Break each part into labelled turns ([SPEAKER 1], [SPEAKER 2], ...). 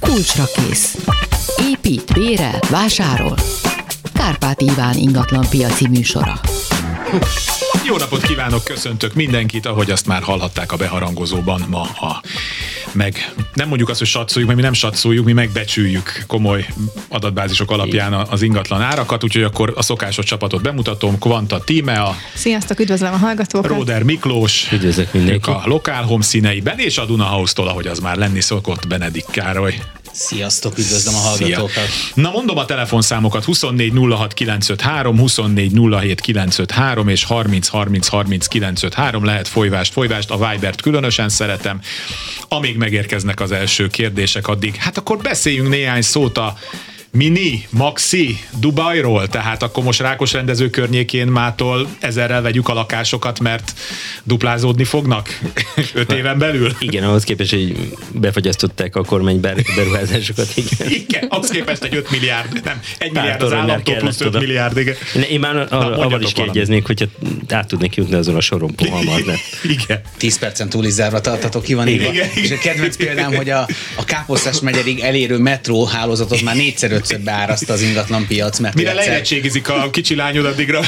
[SPEAKER 1] Kulcsra kész. Épít, bérel, vásárol. Kárpát Iván ingatlan piaci műsora.
[SPEAKER 2] Jó napot kívánok, köszöntök mindenkit, ahogy azt már hallhatták a beharangozóban ma a meg nem mondjuk azt, hogy satszoljuk, mert mi nem satszoljuk, mi megbecsüljük komoly adatbázisok alapján az ingatlan árakat, úgyhogy akkor a szokásos csapatot bemutatom, Kvanta Tímea.
[SPEAKER 3] Sziasztok, üdvözlöm a hallgatókat.
[SPEAKER 2] Róder Miklós.
[SPEAKER 4] Üdvözlök mindenkit.
[SPEAKER 2] a lokál homszíneiben, és a Dunahouse-tól, ahogy az már lenni szokott, Benedik Károly.
[SPEAKER 5] Sziasztok, üdvözlöm a hallgatókat.
[SPEAKER 2] Szia. Na mondom a telefonszámokat 24 06 953, 24 07 953 és 30 30 30 953. Lehet folyvást, folyvást, a Vibert különösen szeretem. Amíg megérkeznek az első kérdések addig, hát akkor beszéljünk néhány szót a Mini, Maxi, Dubajról, tehát akkor most Rákos rendező környékén mától ezerrel vegyük a lakásokat, mert duplázódni fognak öt éven belül.
[SPEAKER 4] Igen, ahhoz képest, hogy befagyasztották a kormány beruházásokat. Igen,
[SPEAKER 2] igen ahhoz képest egy 5 milliárd, nem, egy
[SPEAKER 4] Pár
[SPEAKER 2] milliárd az
[SPEAKER 4] toronyjár
[SPEAKER 2] államtól
[SPEAKER 4] kellett
[SPEAKER 2] plusz 5
[SPEAKER 4] oda.
[SPEAKER 2] milliárd, igen.
[SPEAKER 4] Ne, én már
[SPEAKER 2] Na,
[SPEAKER 4] arra, avval
[SPEAKER 2] mondjatok
[SPEAKER 4] is
[SPEAKER 2] valamit.
[SPEAKER 4] kiegyeznék, hogyha át tudnék jutni azon a soron hamar, ne.
[SPEAKER 2] Igen.
[SPEAKER 5] 10 percen túl is zárva tartatok, ki van írva.
[SPEAKER 2] Igen, igen.
[SPEAKER 5] És a kedvenc példám, hogy a, a Káposztás megyedig elérő metró hálózatot már négyszer-ötször beáraszta az ingatlan piac, mert
[SPEAKER 2] Mire
[SPEAKER 5] egyszer-
[SPEAKER 2] leérettségizik a kicsi lányod addigra?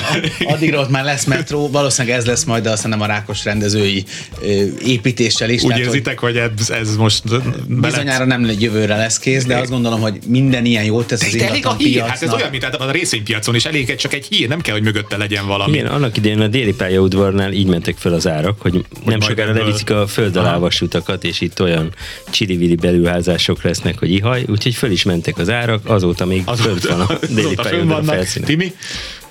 [SPEAKER 5] Addigra ott már lesz metró, valószínűleg ez lesz majd a, szerintem a rákos rendezői ö, építéssel is.
[SPEAKER 2] Úgy
[SPEAKER 5] tehát, hogy-
[SPEAKER 2] érzitek, hogy ez, ez most bele...
[SPEAKER 5] Bizonyára nem jövőre lesz kész, de azt gondolom, hogy minden ilyen jót tesz az
[SPEAKER 2] De elég a
[SPEAKER 5] ingatlan
[SPEAKER 2] hír, hát ez
[SPEAKER 5] piacnak.
[SPEAKER 2] olyan, mint általában a részvénypiacon, és elég egy- csak egy hír, nem kell, hogy mögötte legyen valami.
[SPEAKER 4] Igen, annak idején a déli pályaudvarnál így mentek fel az árak, hogy, nem
[SPEAKER 2] majd
[SPEAKER 4] sokára
[SPEAKER 2] ebből-
[SPEAKER 4] leviszik a föld alá
[SPEAKER 2] Aha.
[SPEAKER 4] vasutakat, és itt olyan csirivili belülházások lesznek, hogy ihaj, úgyhogy föl is mentek az árak, azóta még azóta, fönt van a déli
[SPEAKER 2] azóta fönn
[SPEAKER 4] pályaudvar
[SPEAKER 2] vannak.
[SPEAKER 4] felszínen.
[SPEAKER 2] Timi?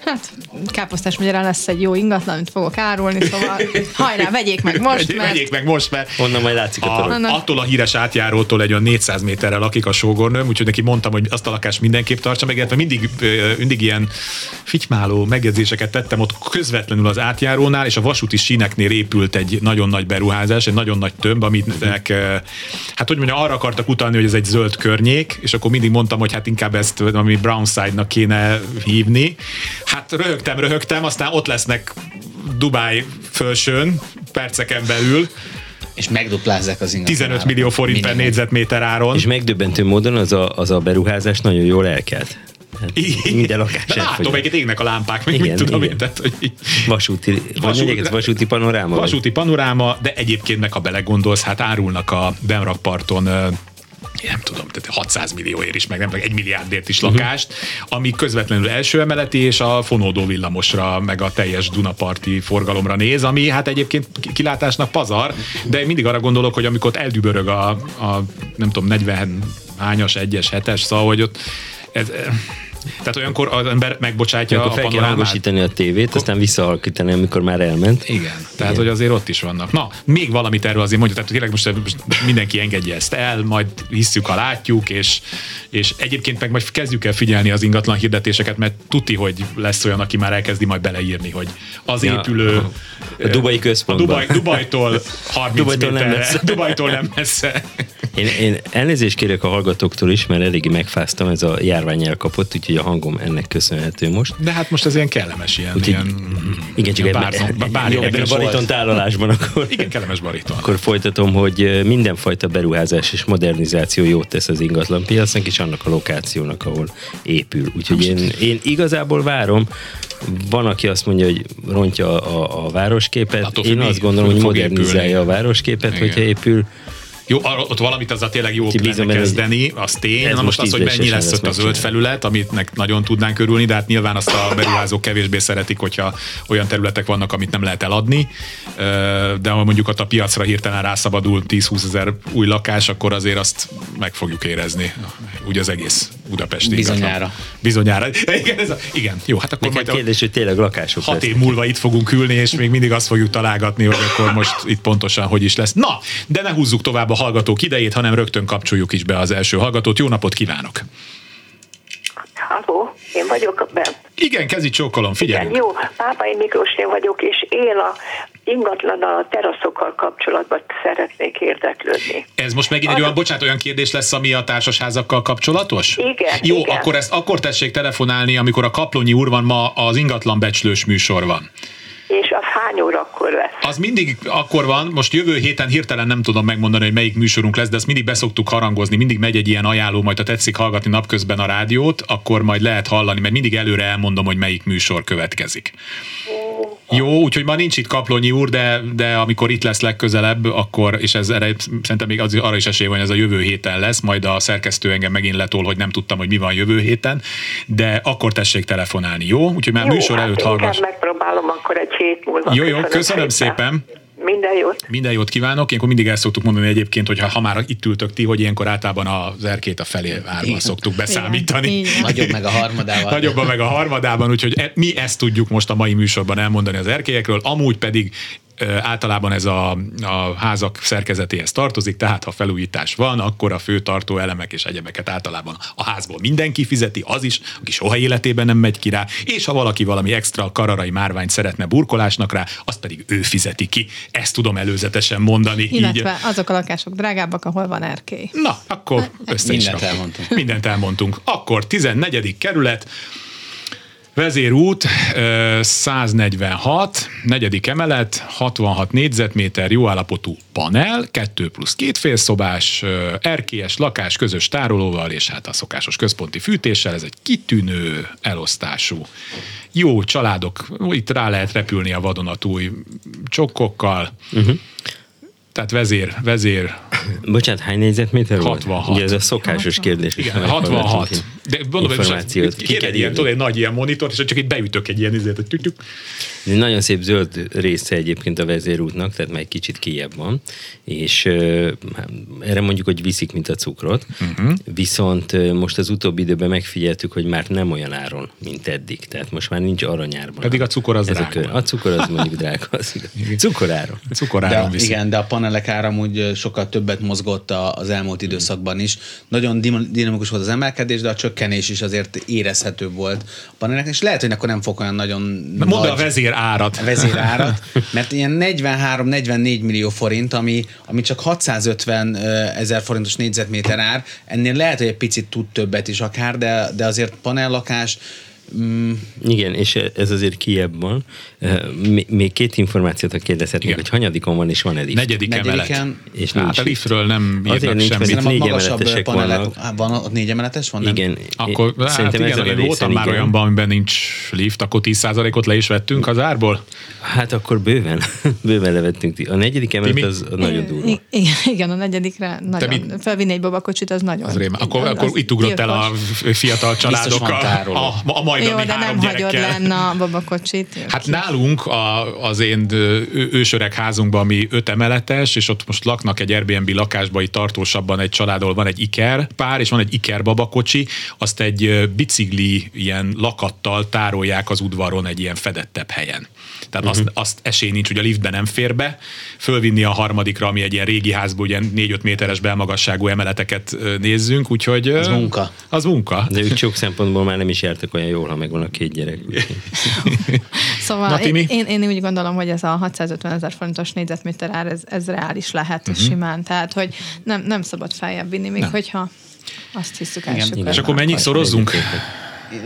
[SPEAKER 3] Hát, káposztás magyarán lesz egy jó ingatlan, amit fogok árulni, szóval hajrá, vegyék meg most,
[SPEAKER 2] Vegyék-
[SPEAKER 3] mert
[SPEAKER 2] Vegyék meg most, mert
[SPEAKER 4] Onnan majd látszik a torony.
[SPEAKER 2] a,
[SPEAKER 3] Annak-
[SPEAKER 2] attól a híres átjárótól egy olyan 400 méterrel lakik a sógornőm, úgyhogy neki mondtam, hogy azt a lakást mindenképp tartsa meg, illetve mindig, ö, mindig ilyen fitymáló megjegyzéseket tettem ott közvetlenül az átjárónál, és a vasúti síneknél épült egy nagyon nagy beruházás, egy nagyon nagy tömb, aminek, ö, hát hogy mondjam, arra akartak utalni, hogy ez egy zöld környék, és akkor mindig mondtam, hogy hát inkább ezt ami Brownside-nak kéne hívni. Hát röhögtem, röhögtem, aztán ott lesznek Dubáj fölsőn, perceken belül,
[SPEAKER 5] És megduplázzák az ingatlan
[SPEAKER 2] 15
[SPEAKER 5] árat.
[SPEAKER 2] millió forint per
[SPEAKER 5] Minimum.
[SPEAKER 2] négyzetméter áron.
[SPEAKER 4] És megdöbbentő módon az a, az a beruházás nagyon jól elkelt. Hát Minden lakás
[SPEAKER 2] De Látom,
[SPEAKER 4] elfogy.
[SPEAKER 2] egyet égnek a lámpák, még mit
[SPEAKER 4] Igen,
[SPEAKER 2] tudom én.
[SPEAKER 4] igen.
[SPEAKER 2] Tehát, hogy így- Hát,
[SPEAKER 4] Vasúti, vagy mondják, ez vasúti panoráma? vagy?
[SPEAKER 2] Vasúti panoráma, de egyébként meg ha belegondolsz, hát árulnak a Benrakparton ö, én nem tudom, tehát 600 millióért is, meg nem, meg egy milliárdért
[SPEAKER 4] Mhm.
[SPEAKER 2] is lakást, ami közvetlenül első emeleti, és a fonódó villamosra, meg a teljes Dunaparti forgalomra néz, ami hát egyébként ki- kilátásnak pazar, de én mindig arra gondolok, hogy amikor ott eldübörög a, a nem tudom, 40 hányas, egyes, hetes, szóval, hogy ott ez, tehát olyankor az ember megbocsátja
[SPEAKER 4] Akkor
[SPEAKER 2] a
[SPEAKER 4] fel kell
[SPEAKER 2] panorámát.
[SPEAKER 4] hangosítani a tévét, aztán visszahalkítani, amikor már elment.
[SPEAKER 2] Igen. Tehát, hogy azért ott is vannak. Na, még valamit erről azért mondja, tehát tényleg most, most mindenki engedje ezt el, majd hisszük, ha látjuk, és, és egyébként meg majd kezdjük el figyelni az ingatlan hirdetéseket, mert tuti, hogy lesz olyan, aki már elkezdi majd beleírni, hogy az
[SPEAKER 4] Ja,
[SPEAKER 2] épülő...
[SPEAKER 4] aha. A Dubai
[SPEAKER 2] A
[SPEAKER 4] központban.
[SPEAKER 2] Dubaj, Dubajtól 30
[SPEAKER 4] Dubajtól nem
[SPEAKER 2] méterre.
[SPEAKER 4] messze.
[SPEAKER 2] Dubajtól nem messze.
[SPEAKER 4] Én, én elnézést kérek a hallgatóktól is, mert eléggé megfáztam, ez a járvány elkapott, úgyhogy a hangom ennek köszönhető most.
[SPEAKER 2] De hát most ez ilyen kellemes, ilyen...
[SPEAKER 4] Úgyhogy-
[SPEAKER 2] ilyen
[SPEAKER 4] Igen, csak
[SPEAKER 2] Bár-
[SPEAKER 4] ebben-
[SPEAKER 2] bár- bár-
[SPEAKER 4] ebben a
[SPEAKER 2] érdekes
[SPEAKER 4] bariton
[SPEAKER 2] volt.
[SPEAKER 4] tálalásban akkor,
[SPEAKER 2] igen, kellemes bariton.
[SPEAKER 4] akkor folytatom, hogy ö, mindenfajta beruházás és modernizáció jót tesz az ingatlanpiacnak és annak a lokációnak, ahol épül. Úgyhogy én, én igazából várom, van, aki azt mondja, hogy rontja a, a városképet.
[SPEAKER 2] Attól függ,
[SPEAKER 4] Én
[SPEAKER 2] mi-
[SPEAKER 4] azt gondolom,
[SPEAKER 2] fog
[SPEAKER 4] hogy
[SPEAKER 2] épülni.
[SPEAKER 4] modernizálja a városképet,
[SPEAKER 2] Igen.
[SPEAKER 4] hogyha épül.
[SPEAKER 2] Jó, ar- ott valamit azzal tényleg jó
[SPEAKER 4] Ti
[SPEAKER 2] lenne
[SPEAKER 4] bízom benne,
[SPEAKER 2] kezdeni, az tény.
[SPEAKER 4] ez
[SPEAKER 2] Na most
[SPEAKER 4] most
[SPEAKER 2] az, hogy
[SPEAKER 4] ízlésesen
[SPEAKER 2] mennyi lesz
[SPEAKER 4] lesz
[SPEAKER 2] ott a zöld
[SPEAKER 4] megcsinálni.
[SPEAKER 2] felület, amitnek nagyon tudnánk örülni, de hát nyilván azt a beruházók kevésbé szeretik, hogyha olyan területek vannak, amit nem lehet eladni. Ö, De ha mondjuk ott a piacra hirtelen rászabadul 10-20 ezer új lakás, akkor azért azt meg fogjuk érezni. Úgy az egész Budapesti. ingatlan.
[SPEAKER 5] Bizonyára.
[SPEAKER 2] Bizonyára. Igen, ez a, igen. jó, hát akkor
[SPEAKER 4] Nekem
[SPEAKER 2] majd a
[SPEAKER 4] kérdés, hogy tényleg lakások
[SPEAKER 2] hat
[SPEAKER 4] lesz.
[SPEAKER 2] év múlva itt fogunk ülni, és még mindig azt fogjuk találgatni, hogy akkor most itt pontosan hogy is lesz. Na, de ne húzzuk tovább a hallgatók idejét, hanem rögtön kapcsoljuk is be az első hallgatót. Jó napot kívánok!
[SPEAKER 6] Halló, én vagyok bent.
[SPEAKER 2] Igen, kezi csókolom, figyelj!
[SPEAKER 6] Jó, Pápai Miklósnél vagyok, és én a ingatlan a teraszokkal kapcsolatban szeretnék érdeklődni.
[SPEAKER 2] Ez most megint egy olyan, bocsánat, olyan kérdés lesz, ami a társasházakkal kapcsolatos?
[SPEAKER 6] Igen,
[SPEAKER 2] Jó,
[SPEAKER 6] igen.
[SPEAKER 2] akkor ezt akkor tessék telefonálni, amikor a Kaplonyi úr van ma az ingatlan becslős műsor van.
[SPEAKER 6] És a fá, hány órakor lesz?
[SPEAKER 2] Az mindig akkor van, most jövő héten hirtelen nem tudom megmondani, hogy melyik műsorunk lesz, de ezt mindig beszoktuk harangozni, mindig megy egy ilyen ajánló, majd ha tetszik hallgatni napközben a rádiót, akkor majd lehet hallani, mert mindig előre elmondom, hogy melyik műsor következik. Jó, úgyhogy ma nincs itt Kaplonyi úr, de, de amikor itt lesz legközelebb, akkor, és ez erre szerintem még az, arra is esély van, hogy ez a jövő héten lesz, majd a szerkesztő engem megint letol, hogy nem tudtam, hogy mi van jövő héten, de akkor tessék telefonálni, jó? Úgyhogy már
[SPEAKER 6] Jó,
[SPEAKER 2] műsor
[SPEAKER 6] hát
[SPEAKER 2] előtt
[SPEAKER 6] inkább
[SPEAKER 2] hallgass.
[SPEAKER 6] megpróbálom akkor egy hét múlva.
[SPEAKER 2] Jó, jó, köszönöm szépen.
[SPEAKER 6] Minden jót.
[SPEAKER 2] Minden jót kívánok. Ilyenkor mindig el szoktuk mondani egyébként, hogy ha, ha már itt ültök ti, hogy ilyenkor általában az erkét a felé árban
[SPEAKER 5] Igen.
[SPEAKER 2] szoktuk beszámítani.
[SPEAKER 3] Igen, igen.
[SPEAKER 5] Nagyobb meg a harmadával.
[SPEAKER 2] Nagyobban meg a harmadában, úgyhogy e- mi ezt tudjuk most a mai műsorban elmondani az erkélyekről, amúgy pedig ö, általában ez a, a házak szerkezetéhez tartozik, tehát ha felújítás van, akkor a fő tartó elemek és egyebeket általában a házból mindenki fizeti, az is, aki soha életében nem megy ki rá, és ha valaki valami extra kararai márványt szeretne burkolásnak rá, azt pedig ő fizeti ki. Ezt tudom előzetesen mondani. így.
[SPEAKER 3] Illetve azok a lakások drágábbak, ahol van erkély.
[SPEAKER 2] Na, akkor össze is
[SPEAKER 5] Mindent
[SPEAKER 2] rakjuk.
[SPEAKER 5] elmondtunk.
[SPEAKER 2] Mindent elmondtunk. Akkor 14. kerület, Vezérút ö, 146, negyedik emelet, 66 négyzetméter, jó állapotú panel, 2 plusz két félszobás, ö, erkélyes lakás közös tárolóval, és hát a szokásos központi fűtéssel, ez egy kitűnő elosztású. Jó családok, itt rá lehet repülni a vadonatúj csokkokkal,
[SPEAKER 4] Mhm.
[SPEAKER 2] uh-huh. tehát vezér, vezér,
[SPEAKER 4] Bocsánat, hány négyzetméter volt?
[SPEAKER 2] 66.
[SPEAKER 4] Ugye ez a szokásos kérdés. is.
[SPEAKER 2] Igen, 66. De mondom,
[SPEAKER 4] Információt
[SPEAKER 2] hogy
[SPEAKER 4] ki
[SPEAKER 2] kéne
[SPEAKER 4] kell
[SPEAKER 2] egy ilyen,
[SPEAKER 4] írni.
[SPEAKER 2] tudod, egy nagy ilyen monitort, és csak itt beütök egy ilyen izét, hogy tük-tük.
[SPEAKER 4] Egy nagyon szép zöld része egyébként a vezérútnak, tehát már egy kicsit kijebb van, és ö, hát erre mondjuk, hogy viszik, mint a cukrot, uh-huh. viszont ö, most az utóbbi időben megfigyeltük, hogy már nem olyan áron, mint eddig, tehát most már nincs aranyárban.
[SPEAKER 2] Pedig a cukor az
[SPEAKER 4] Ez a,
[SPEAKER 2] drága.
[SPEAKER 4] kör- a cukor az mondjuk drága, az igaz. Cukoráron.
[SPEAKER 2] Cukoráron
[SPEAKER 5] De,
[SPEAKER 2] viszik.
[SPEAKER 5] igen, de a panelek ára amúgy ö, sokkal többet mozgott a- az elmúlt időszakban is. Nagyon dim- dinamikus volt az emelkedés, de a csökkenés is azért érezhető volt a panelek, és lehet, hogy akkor nem fog olyan nagyon
[SPEAKER 2] Na, Mondd
[SPEAKER 5] nagy
[SPEAKER 2] a vezér árat.
[SPEAKER 5] vezérárat, mert ilyen 43-44 millió forint, ami, ami csak 650 ezer forintos négyzetméter ár, ennél lehet, hogy egy picit tud többet is akár, de, de azért panellakás, mm,
[SPEAKER 4] Igen, és ez azért kiebb van. Ö, mi- Még két információt kérdezhetnék,
[SPEAKER 2] Igen.
[SPEAKER 4] hogy hanyadikon van és van egy
[SPEAKER 2] Negyedik emelet.
[SPEAKER 5] negyediken,
[SPEAKER 4] És
[SPEAKER 2] Hát
[SPEAKER 4] nincs
[SPEAKER 2] a
[SPEAKER 4] lift.
[SPEAKER 2] liftről nem
[SPEAKER 4] Azért
[SPEAKER 2] írnak semmit.
[SPEAKER 4] nincs vezér.
[SPEAKER 5] szerintem
[SPEAKER 4] négy
[SPEAKER 5] a magasabb
[SPEAKER 4] emeletesek
[SPEAKER 5] panelek,
[SPEAKER 4] vannak.
[SPEAKER 5] Á, van ott négy emeletes, van? Nem?
[SPEAKER 4] Igen.
[SPEAKER 2] Akkor,
[SPEAKER 4] é-
[SPEAKER 2] hát igen,
[SPEAKER 4] ez a
[SPEAKER 2] én
[SPEAKER 4] része,
[SPEAKER 2] voltam már
[SPEAKER 4] igen.
[SPEAKER 2] olyanban, amiben nincs lift, akkor 10%-ot le is vettünk az árból.
[SPEAKER 4] Hát akkor bőven, bőven levettünk. ti- A negyedik emelet
[SPEAKER 2] Timi?
[SPEAKER 4] az nagyon durva.
[SPEAKER 3] I- Igen, igen, a negyedikre nagyon.
[SPEAKER 2] mit-
[SPEAKER 3] Felvinni egy babakocsit, az nagyon.
[SPEAKER 2] Az rémán. Akkor,
[SPEAKER 3] az-
[SPEAKER 2] akkor
[SPEAKER 3] az
[SPEAKER 2] itt ugrott el a
[SPEAKER 3] gyilkos.
[SPEAKER 2] fiatal
[SPEAKER 5] van
[SPEAKER 2] családokkal.
[SPEAKER 5] tároló.
[SPEAKER 2] A, a
[SPEAKER 3] Jó,
[SPEAKER 2] majdani
[SPEAKER 3] de
[SPEAKER 2] három
[SPEAKER 3] nem hagyod
[SPEAKER 2] gyerekkel.
[SPEAKER 3] lenne a babakocsit.
[SPEAKER 2] Hát nálunk a, az én ö, ő- ősöreg házunkban, ami öt emeletes, és ott most laknak egy Airbnb lakásba, így tartósabban egy családol van egy iker pár, és van egy iker babakocsi, azt egy ö, bicikli ilyen lakattal tárolják az udvaron egy ilyen fedettebb helyen. Tehát
[SPEAKER 4] Mhm.
[SPEAKER 2] uh-huh. azt, azt esély nincs, hogy a liftben nem fér be, fölvinni a harmadikra, ami egy ilyen régi házból, ilyen 4-5 méteres belmagasságú emeleteket ö, nézzünk, úgyhogy... ö,
[SPEAKER 5] Az munka.
[SPEAKER 2] Az munka.
[SPEAKER 4] De ők sok szempontból már nem is jártak olyan jól, ha megvan a két gyerek.
[SPEAKER 3] Szóval
[SPEAKER 2] Na, Timi?
[SPEAKER 3] én, én, én úgy gondolom, hogy ez a 650 ezer forintos négyzetméter ár, ez, ez reális lehet
[SPEAKER 2] Mhm.
[SPEAKER 3] uh-huh. simán. Tehát, hogy nem, nem szabad feljebb vinni, még nem. hogyha azt hiszük első
[SPEAKER 4] igen.
[SPEAKER 2] És
[SPEAKER 3] körben.
[SPEAKER 2] akkor mennyit szorozzunk?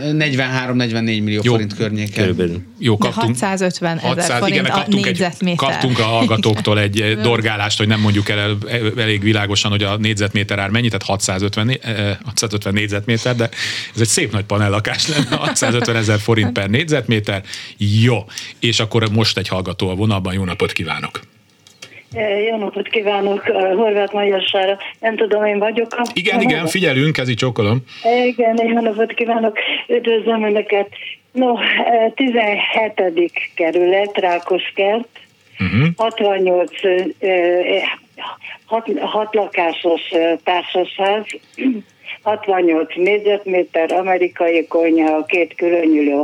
[SPEAKER 5] 43-44 millió
[SPEAKER 2] Jó.
[SPEAKER 5] forint környéken.
[SPEAKER 4] Körülbelül.
[SPEAKER 2] Jó,
[SPEAKER 3] De
[SPEAKER 2] kaptunk.
[SPEAKER 3] 650 ezer
[SPEAKER 2] 600,
[SPEAKER 3] forint
[SPEAKER 2] igen, de
[SPEAKER 3] igen, a
[SPEAKER 2] kaptunk, egy,
[SPEAKER 3] négyzetméter.
[SPEAKER 2] kaptunk a hallgatóktól egy eh, dorgálást, hogy nem mondjuk el el- elég világosan, hogy a négyzetméter ár mennyi, tehát 650, eh, 650 négyzetméter, de ez egy szép nagy panellakás lenne, 650 ezer forint per négyzetméter. Jó, és akkor most egy hallgató a vonalban, jó napot kívánok!
[SPEAKER 7] Eh, Jó napot kívánok, eh, Horváth Magyarsára. Nem tudom, én vagyok. A...
[SPEAKER 2] Igen, igen, figyelünk, kezi csókolom.
[SPEAKER 7] Eh, Igen, jó napot kívánok. Üdvözlöm Önöket. No, eh, 17. kerület, Rákoskert.
[SPEAKER 2] Mhm.
[SPEAKER 7] Uh-huh. 68 eh, eh, hat, hat lakásos eh, társasház, 68 négyzetméter, amerikai konyha, két különülő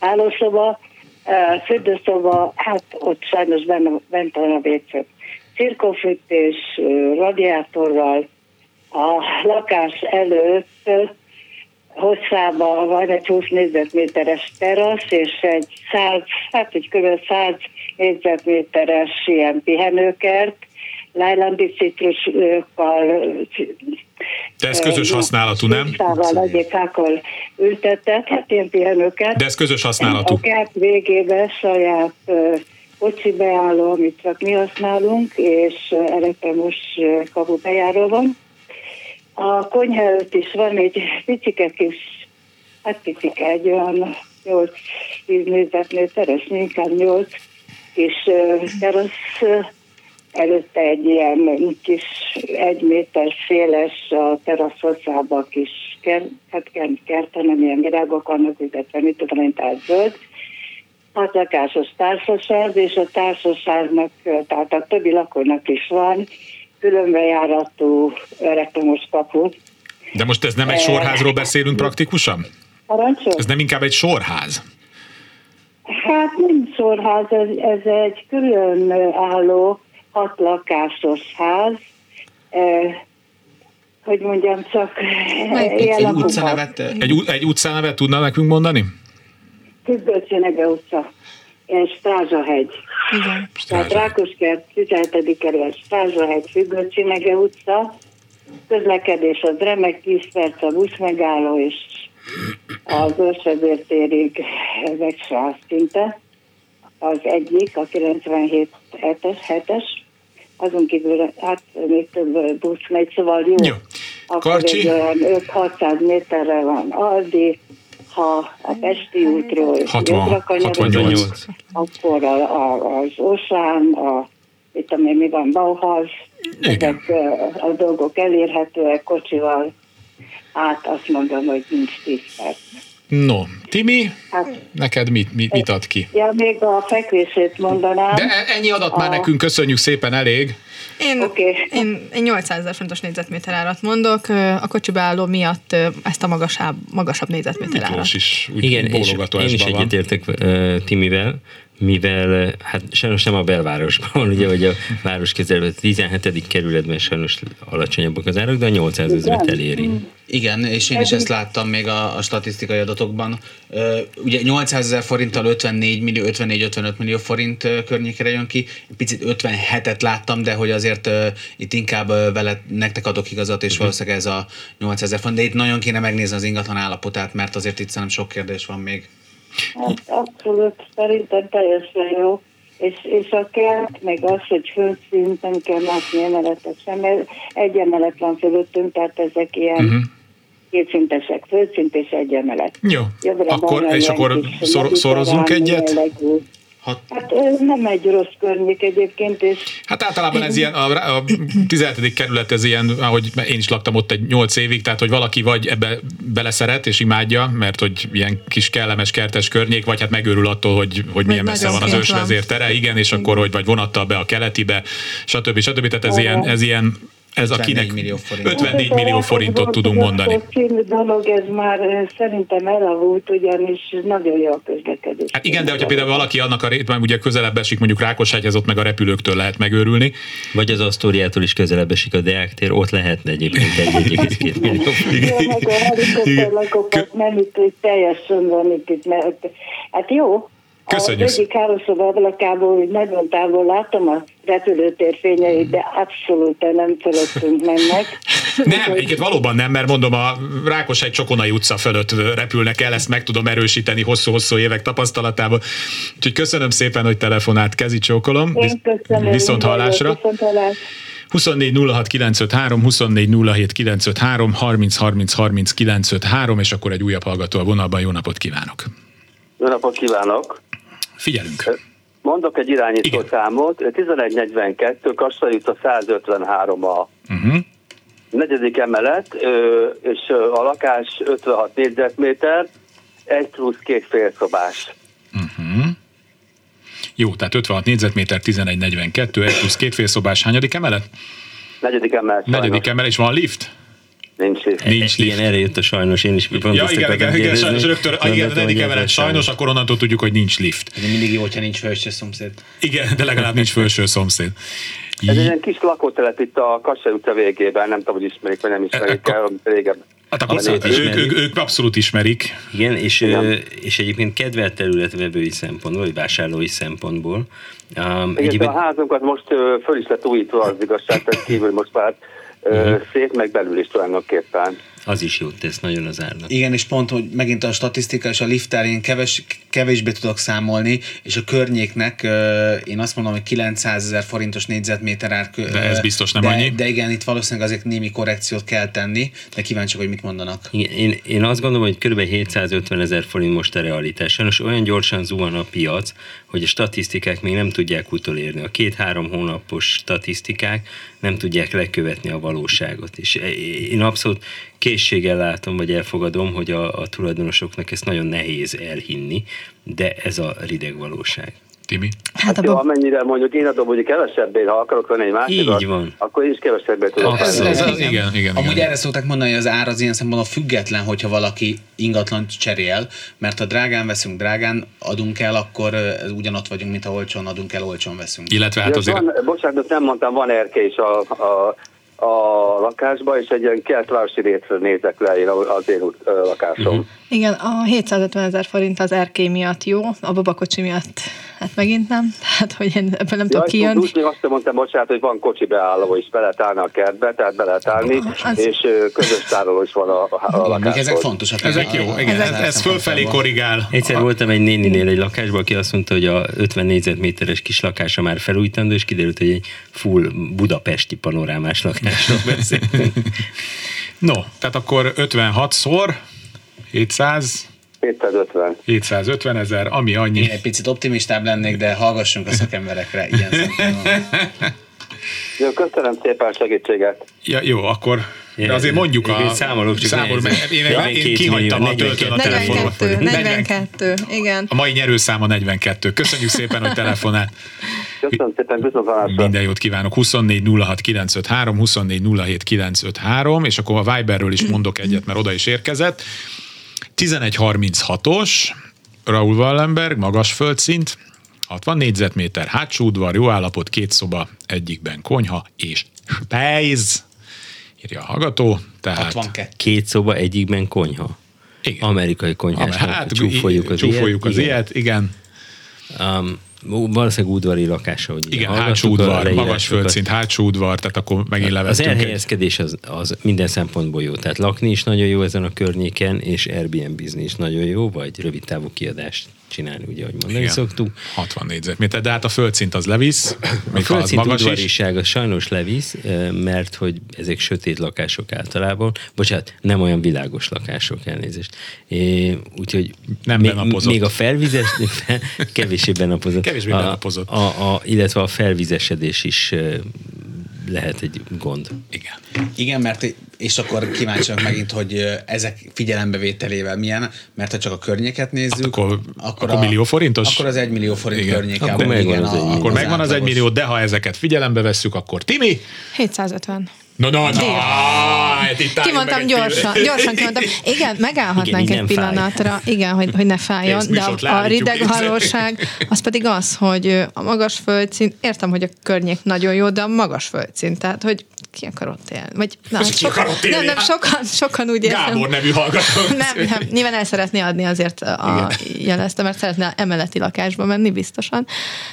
[SPEAKER 7] hálószoba, eh, fürdőszoba, hát ott sajnos benne, bent van a WC. Cirkofűtés eh, radiátorral, a lakás előtt ö, hosszában van egy 20 négyzetméteres terasz, és egy 100, hát egy kb. 100 négyzetméteres ilyen pihenőkert, lájlandi citrusokkal,
[SPEAKER 2] De ez közös használatú, nem?
[SPEAKER 7] Szával, agyékákkal ültetett, hát ilyen pihenőkert.
[SPEAKER 2] De ez közös
[SPEAKER 7] A
[SPEAKER 2] használatú.
[SPEAKER 7] kert végébe saját ö, kocsi beálló, amit csak mi használunk, és elektromos kapu bejáró van. A konyha előtt is van egy picike kis, hát picike, egy olyan 8-10 négyzetnél teres, inkább 8 kis terasz előtte egy ilyen kis egy méter széles a terasz hosszába kis kert, hát nem kert, hanem ilyen virágok vannak, illetve mit tudom én, tehát zöld. Hat lakásos társaság, és a társaságnak, tehát a többi lakónak is van különbejáratú elektromos kapu.
[SPEAKER 2] De most ez nem egy sorházról beszélünk praktikusan?
[SPEAKER 7] Parancsol?
[SPEAKER 2] Ez nem inkább egy sorház?
[SPEAKER 7] Hát nem sorház, ez, ez egy külön álló hat lakásos ház, eh, hogy mondjam, csak
[SPEAKER 5] Egy, egy utcanevet,
[SPEAKER 2] Egy, u- egy utcánevet tudna nekünk mondani?
[SPEAKER 7] Függőcsenege utca, ilyen Strázsahegy.
[SPEAKER 3] Igen.
[SPEAKER 7] Tehát Rákoskert 17. kerület Strázsahegy, Függőcsenege utca, közlekedés az remek, 10 perc a busz megálló, és az őrsezért térig megsáz szinte. Az egyik, a 97 hetes, hetes. Azon kívül, hát még több busz megy, szóval jó.
[SPEAKER 2] Jó.
[SPEAKER 7] Akkor
[SPEAKER 2] Karcsi?
[SPEAKER 7] egy olyan 5-600 méterre van Aldi, ha a Pesti útról
[SPEAKER 2] 60,
[SPEAKER 7] jobbra kanyarodunk,
[SPEAKER 2] 68.
[SPEAKER 7] akkor a, a, az Osán, a, itt ami mi van, Bauhaus,
[SPEAKER 2] Igen.
[SPEAKER 7] ezek ö, a dolgok elérhetőek kocsival, hát azt mondom, hogy nincs 10 perc.
[SPEAKER 2] No, Timi,
[SPEAKER 7] Hát,
[SPEAKER 2] neked mit, mit, mit ad ki?
[SPEAKER 7] ja, még a fekvését mondanám.
[SPEAKER 2] De e- ennyi adat már
[SPEAKER 7] A-
[SPEAKER 2] nekünk, köszönjük szépen, elég.
[SPEAKER 3] Én,
[SPEAKER 7] Oké.
[SPEAKER 3] okay. én, én 800 ezer fontos négyzetméter árat mondok, ö, a kocsiba álló miatt ö, ezt a magasabb, magasabb négyzetméter árat.
[SPEAKER 2] Miklós is úgy
[SPEAKER 4] Igen, és én is
[SPEAKER 2] bólogatásban van.
[SPEAKER 4] egyetértek ö, Timivel, mivel ö, hát sajnos nem a belvárosban van, ugye, hogy a város közelben, a 17. kerületben sajnos alacsonyabbak az árak, de a 800 ezeret eléri.
[SPEAKER 5] Igen, és én is ezt láttam még a, a statisztikai adatokban. Ö, ugye 800 ezer forinttal 54 millió, 54-55 millió forint ö, környékére jön ki. Picit 57-et láttam, de hogy azért ö, itt inkább ö, vele nektek adok igazat,
[SPEAKER 4] Mhm.
[SPEAKER 5] és valószínűleg ez a 800 ezer forint. De itt nagyon kéne megnézni az ingatlan állapotát, mert azért itt szerintem sok kérdés van még.
[SPEAKER 7] Hát abszolút szerintem teljesen jó. És, és a kert, meg az, hogy fölszint, nem kell látni emeletet sem, mert egy emelet van fölöttünk, tehát ezek ilyen
[SPEAKER 2] Mhm.
[SPEAKER 7] uh-huh. kétszintesek, fölszint és egy emelet.
[SPEAKER 2] Jó,
[SPEAKER 7] Jobbra
[SPEAKER 2] akkor,
[SPEAKER 7] balra
[SPEAKER 2] és
[SPEAKER 7] ilyen
[SPEAKER 2] akkor
[SPEAKER 7] kis
[SPEAKER 2] szor, szorozunk
[SPEAKER 7] mediterrán
[SPEAKER 2] egyet.
[SPEAKER 7] jellegű.
[SPEAKER 5] Hat,
[SPEAKER 7] Hát ez nem egy rossz környék egyébként, és
[SPEAKER 2] Hát általában ez ilyen, a, a 17. kerület ez ilyen, ahogy én is laktam ott egy 8 évig, tehát hogy valaki vagy ebbe beleszeret és imádja, mert hogy ilyen kis kellemes kertes környék, vagy hát megőrül attól, hogy, hogy milyen messze
[SPEAKER 3] nagyon
[SPEAKER 2] van az
[SPEAKER 3] kint van.
[SPEAKER 2] ősvezér tere, igen, és akkor hogy vagy vonattal be a keletibe, stb. stb. Tehát ez ilyen, ez ilyen ez
[SPEAKER 5] 54
[SPEAKER 2] akinek
[SPEAKER 5] millió forint.
[SPEAKER 2] 54
[SPEAKER 7] Hát ez a
[SPEAKER 2] millió
[SPEAKER 7] Rákos
[SPEAKER 2] forintot
[SPEAKER 7] Bolt
[SPEAKER 2] tudunk mondani.
[SPEAKER 7] Budapest című dolog, ez már eh, szerintem elavult, ugyanis nagyon jó a közlekedés.
[SPEAKER 2] Hát igen, de hogyha például valaki annak a rét, ugye közelebb esik mondjuk Rákoshegyhez, ott meg a repülőktől lehet megőrülni.
[SPEAKER 4] Vagy az Asztóriától is közelebb esik a Deák tér, ott lehetne egyébként egy 1,2 millió.
[SPEAKER 7] Jó, meg a
[SPEAKER 2] Igen.
[SPEAKER 7] helikopterlakokat nem itt, hogy teljesen van itt, itt mert, hát jó.
[SPEAKER 2] Köszönjük
[SPEAKER 7] Az egyik háromszob ablakából, hogy nagyon távol látom a repülőtér fényeit, de abszolút nem fölöttünk mennek.
[SPEAKER 2] Nem, egyébként valóban nem, mert mondom, a Rákoshegy Csokonai utca fölött repülnek el, ezt meg tudom erősíteni hosszú-hosszú évek tapasztalatából. Úgyhogy köszönöm szépen, hogy telefonált, kezi csókolom.
[SPEAKER 7] Én köszönöm.
[SPEAKER 2] Viszont hallásra.
[SPEAKER 7] Viszont hallásra.
[SPEAKER 2] 24 06 953, 24 07 953, 30 30 30 953, és akkor egy újabb hallgató a vonalban. Jó napot kívánok!
[SPEAKER 8] Jó napot kívánok!
[SPEAKER 2] Figyelünk!
[SPEAKER 8] Mondok egy irányító
[SPEAKER 2] Igen.
[SPEAKER 8] számot. 1142, Kassai utca 153 a
[SPEAKER 2] Uh-huh.
[SPEAKER 8] negyedik emelet, ö, és ö, a lakás 56 négyzetméter, egy plusz két félszobás.
[SPEAKER 2] Mhm. Jó, tehát 56 négyzetméter, 1142, 1 plusz két félszobás, hányadik emelet?
[SPEAKER 8] Negyedik emelet.
[SPEAKER 2] Negyedik
[SPEAKER 8] sajnos
[SPEAKER 2] emelet, és van lift?
[SPEAKER 8] Nincs lift.
[SPEAKER 2] Nincs lift.
[SPEAKER 4] Igen, erre jött a sajnos, én is pont
[SPEAKER 2] Ja,
[SPEAKER 4] ezt
[SPEAKER 2] igen,
[SPEAKER 4] akartam
[SPEAKER 2] igen, igen,
[SPEAKER 4] kérdezni.
[SPEAKER 2] sajnos rögtön, ah, igen, a
[SPEAKER 4] Gondoltam,
[SPEAKER 2] negyedik
[SPEAKER 4] hogy
[SPEAKER 2] emelet,
[SPEAKER 4] ez
[SPEAKER 2] sajnos, akkor onnantól tudjuk, hogy nincs lift.
[SPEAKER 5] de mindig jó, hogyha nincs felső szomszéd.
[SPEAKER 2] Igen, de legalább nincs felső szomszéd.
[SPEAKER 8] Ez egy
[SPEAKER 2] J-
[SPEAKER 8] ilyen kis lakótelep itt a Kassai utca végében, nem tudom, hogy ismerik, vagy nem ismerik
[SPEAKER 2] Ekkor-
[SPEAKER 8] el, amit régen.
[SPEAKER 2] Hát akkor
[SPEAKER 4] Abszolút
[SPEAKER 2] ők, ők,
[SPEAKER 4] ismerik.
[SPEAKER 2] ők, ők abszolút ismerik.
[SPEAKER 4] Igen, és, ö, és egyébként kedvelt terület vevői szempontból, vagy vásárlói szempontból. Um,
[SPEAKER 8] Egyébként
[SPEAKER 4] egyébként
[SPEAKER 8] a házunkat most ö,
[SPEAKER 2] Mhm.
[SPEAKER 8] föl is lett újítva az igazság, tehát kívül most már ö, szép, meg belül is tulajdonképpen.
[SPEAKER 4] Az is jót tesz nagyon az árnak.
[SPEAKER 5] Igen, és pont, hogy megint a statisztika és a lifttel én keves, kevésbé tudok számolni, és a környéknek ö, én azt mondom, hogy 900 ezer forintos négyzetméter ár. kö-
[SPEAKER 2] De ez
[SPEAKER 5] ö,
[SPEAKER 2] biztos nem
[SPEAKER 5] de,
[SPEAKER 2] annyi.
[SPEAKER 5] De igen, itt valószínűleg azért némi korrekciót kell tenni, de kíváncsiak, hogy mit mondanak.
[SPEAKER 4] Igen, én, én azt gondolom, hogy kb. 750 ezer forint most a realitás. Sajnos olyan gyorsan zuhan a piac, hogy a statisztikák még nem tudják utolérni. A két-három hónapos statisztikák nem tudják lekövetni a valóságot. És én abszolút készséggel látom, vagy elfogadom, hogy a, a tulajdonosoknak ezt nagyon nehéz elhinni, de ez a rideg valóság.
[SPEAKER 2] Timi?
[SPEAKER 8] Hát, jó, amennyire mondjuk én adom, hogy kevesebbé, ha akarok venni egy másikat,
[SPEAKER 4] Így van.
[SPEAKER 8] akkor én is kevesebbé tudok
[SPEAKER 2] Ez-
[SPEAKER 8] venni.
[SPEAKER 2] ez- igen, igen, igen.
[SPEAKER 5] Amúgy erre szokták mondani, hogy az ár az ilyen szempontból független, hogyha valaki ingatlan cserél, mert ha drágán veszünk, drágán adunk el, akkor ö, ugyanott vagyunk, mint ha olcsón adunk el, olcsón veszünk.
[SPEAKER 2] Illetve hát
[SPEAKER 8] Ja,
[SPEAKER 2] azért...
[SPEAKER 8] Van, bocsánat, nem mondtam, van erkés a, a, a lakásba, és egy ilyen keltvárosi részről nézek le én az én út- ö, lakásom. Uh-huh.
[SPEAKER 3] Igen, a 750 ezer forint az erkély miatt jó, a babakocsi miatt hát megint nem, tehát hogy én ebből nem tudok kijönni.
[SPEAKER 8] Úgy, még azt mondtam, bocsánat, hogy van kocsi beálló is, be lehet állni a kertbe, tehát be lehet állni,
[SPEAKER 3] Az-
[SPEAKER 8] és ö, közös tároló is van a, a
[SPEAKER 5] Igen, még
[SPEAKER 8] lakásban.
[SPEAKER 5] ezek fontosak.
[SPEAKER 2] Ezek jó, igen, ez, ez fölfelé korrigál.
[SPEAKER 4] Egyszer voltam egy néninél egy lakásban, aki azt mondta, hogy a 50 négyzetméteres kis lakása már felújítandó, és kiderült, hogy egy full budapesti panorámás lakásról beszéltünk.
[SPEAKER 2] No, tehát akkor 56-szor 700,
[SPEAKER 8] 750.
[SPEAKER 2] 750 ezer, ami annyi.
[SPEAKER 5] Én egy picit optimistább lennék, de hallgassunk a szakemberekre ilyen szempontból.
[SPEAKER 8] Jó, köszönöm szépen a segítséget.
[SPEAKER 2] Ja, jó, akkor de
[SPEAKER 4] Igen,
[SPEAKER 2] azért mondjuk
[SPEAKER 4] igen,
[SPEAKER 2] a...
[SPEAKER 4] számolok, csak
[SPEAKER 2] számol,
[SPEAKER 4] nehéz.
[SPEAKER 2] mert én, én,
[SPEAKER 4] 42
[SPEAKER 2] én kihagytam a
[SPEAKER 4] millió,
[SPEAKER 2] töltőn a
[SPEAKER 4] 42
[SPEAKER 2] telefonomat.
[SPEAKER 3] 42,
[SPEAKER 2] 40
[SPEAKER 3] 42, igen.
[SPEAKER 2] A mai nyerőszáma 42. Köszönjük szépen, hogy telefonált.
[SPEAKER 8] Köszönöm szépen, viszontlátásra.
[SPEAKER 2] Minden jót kívánok. 24 06 953, 24 07 953, és akkor a Viberről is mondok egyet, mert oda is érkezett. 11.36-os, Raúl Wallenberg, magas földszint, 60 négyzetméter, hátsó udvar, jó állapot, két szoba, egyikben konyha és spejz, írja a hallgató. Tehát
[SPEAKER 5] 62.
[SPEAKER 4] Két szoba, egyikben konyha.
[SPEAKER 2] Igen.
[SPEAKER 4] Amerikai konyhásnak
[SPEAKER 2] hát,
[SPEAKER 4] csúfoljuk az
[SPEAKER 2] csúfoljuk
[SPEAKER 4] ilyet.
[SPEAKER 2] az ilyet, igen.
[SPEAKER 4] igen. Um, valószínűleg udvari lakása, hogy
[SPEAKER 2] Igen, hátsó udvar, magas földszint, hátsó udvar, tehát akkor megint
[SPEAKER 4] Az
[SPEAKER 2] levettünk. egy-
[SPEAKER 4] elhelyezkedés az, az minden szempontból jó. Tehát lakni is nagyon jó ezen a környéken, és airbnb is nagyon jó, vagy rövid távú kiadást csinálni, ugye, ahogy mondani
[SPEAKER 2] Igen.
[SPEAKER 4] szoktuk.
[SPEAKER 2] 60 négyzetméter, de hát a földszint az levisz,
[SPEAKER 4] A
[SPEAKER 2] még ha az
[SPEAKER 4] földszint
[SPEAKER 2] magas is.
[SPEAKER 4] udvariság az sajnos levisz, eh, mert hogy ezek sötét lakások általában, bocsánat, nem olyan világos lakások, elnézést. É, úgyhogy
[SPEAKER 2] Nem
[SPEAKER 4] még,
[SPEAKER 2] benapozott.
[SPEAKER 4] még a felvizes, kevésbé benapozott.
[SPEAKER 2] Kevésbé
[SPEAKER 4] a,
[SPEAKER 2] benapozott.
[SPEAKER 4] A, a, illetve a felvizesedés is eh, lehet egy gond.
[SPEAKER 2] Igen.
[SPEAKER 5] Igen, mert és akkor kíváncsiak megint, hogy ö, ezek figyelembevételével milyen, mert ha csak a környéket nézzük,
[SPEAKER 2] Akkor- akkor millió forintos?
[SPEAKER 5] Akkor az egy millió forint
[SPEAKER 2] Igen.
[SPEAKER 5] környékában.
[SPEAKER 4] Akkor megvan
[SPEAKER 5] igen,
[SPEAKER 4] az egy millió.
[SPEAKER 2] Akkor megvan az egy
[SPEAKER 5] átlagos.
[SPEAKER 2] millió, de ha ezeket figyelembe vesszük, akkor Timi!
[SPEAKER 3] 750.
[SPEAKER 2] No, no, no! hát itt álljunk meg
[SPEAKER 3] Kimondtam
[SPEAKER 2] egy
[SPEAKER 3] gyorsan,
[SPEAKER 2] pillanatra.
[SPEAKER 3] gyorsan kimondtam. Igen, megállhatnánk
[SPEAKER 4] Igen, így
[SPEAKER 3] egy
[SPEAKER 4] nem fáj.
[SPEAKER 3] pillanatra, igen, hogy, hogy ne fájjon,
[SPEAKER 2] Kész,
[SPEAKER 3] de
[SPEAKER 2] műsort
[SPEAKER 3] a, a
[SPEAKER 2] leállítjuk,
[SPEAKER 3] rideg
[SPEAKER 2] képzeld.
[SPEAKER 3] valóság az pedig az, hogy ö, a magas földszint, értem, hogy a környék nagyon jó, de a magas földszint, tehát hogy ki akar ott élni? Vagy, na,
[SPEAKER 2] Ki akar ott élni?
[SPEAKER 3] nem, nem, sokan, sokan úgy érzem.
[SPEAKER 2] Gábor nevű hallgató.
[SPEAKER 3] Nem, nem, nyilván el szeretné adni azért a jelezte, mert szeretne emeleti lakásba menni biztosan.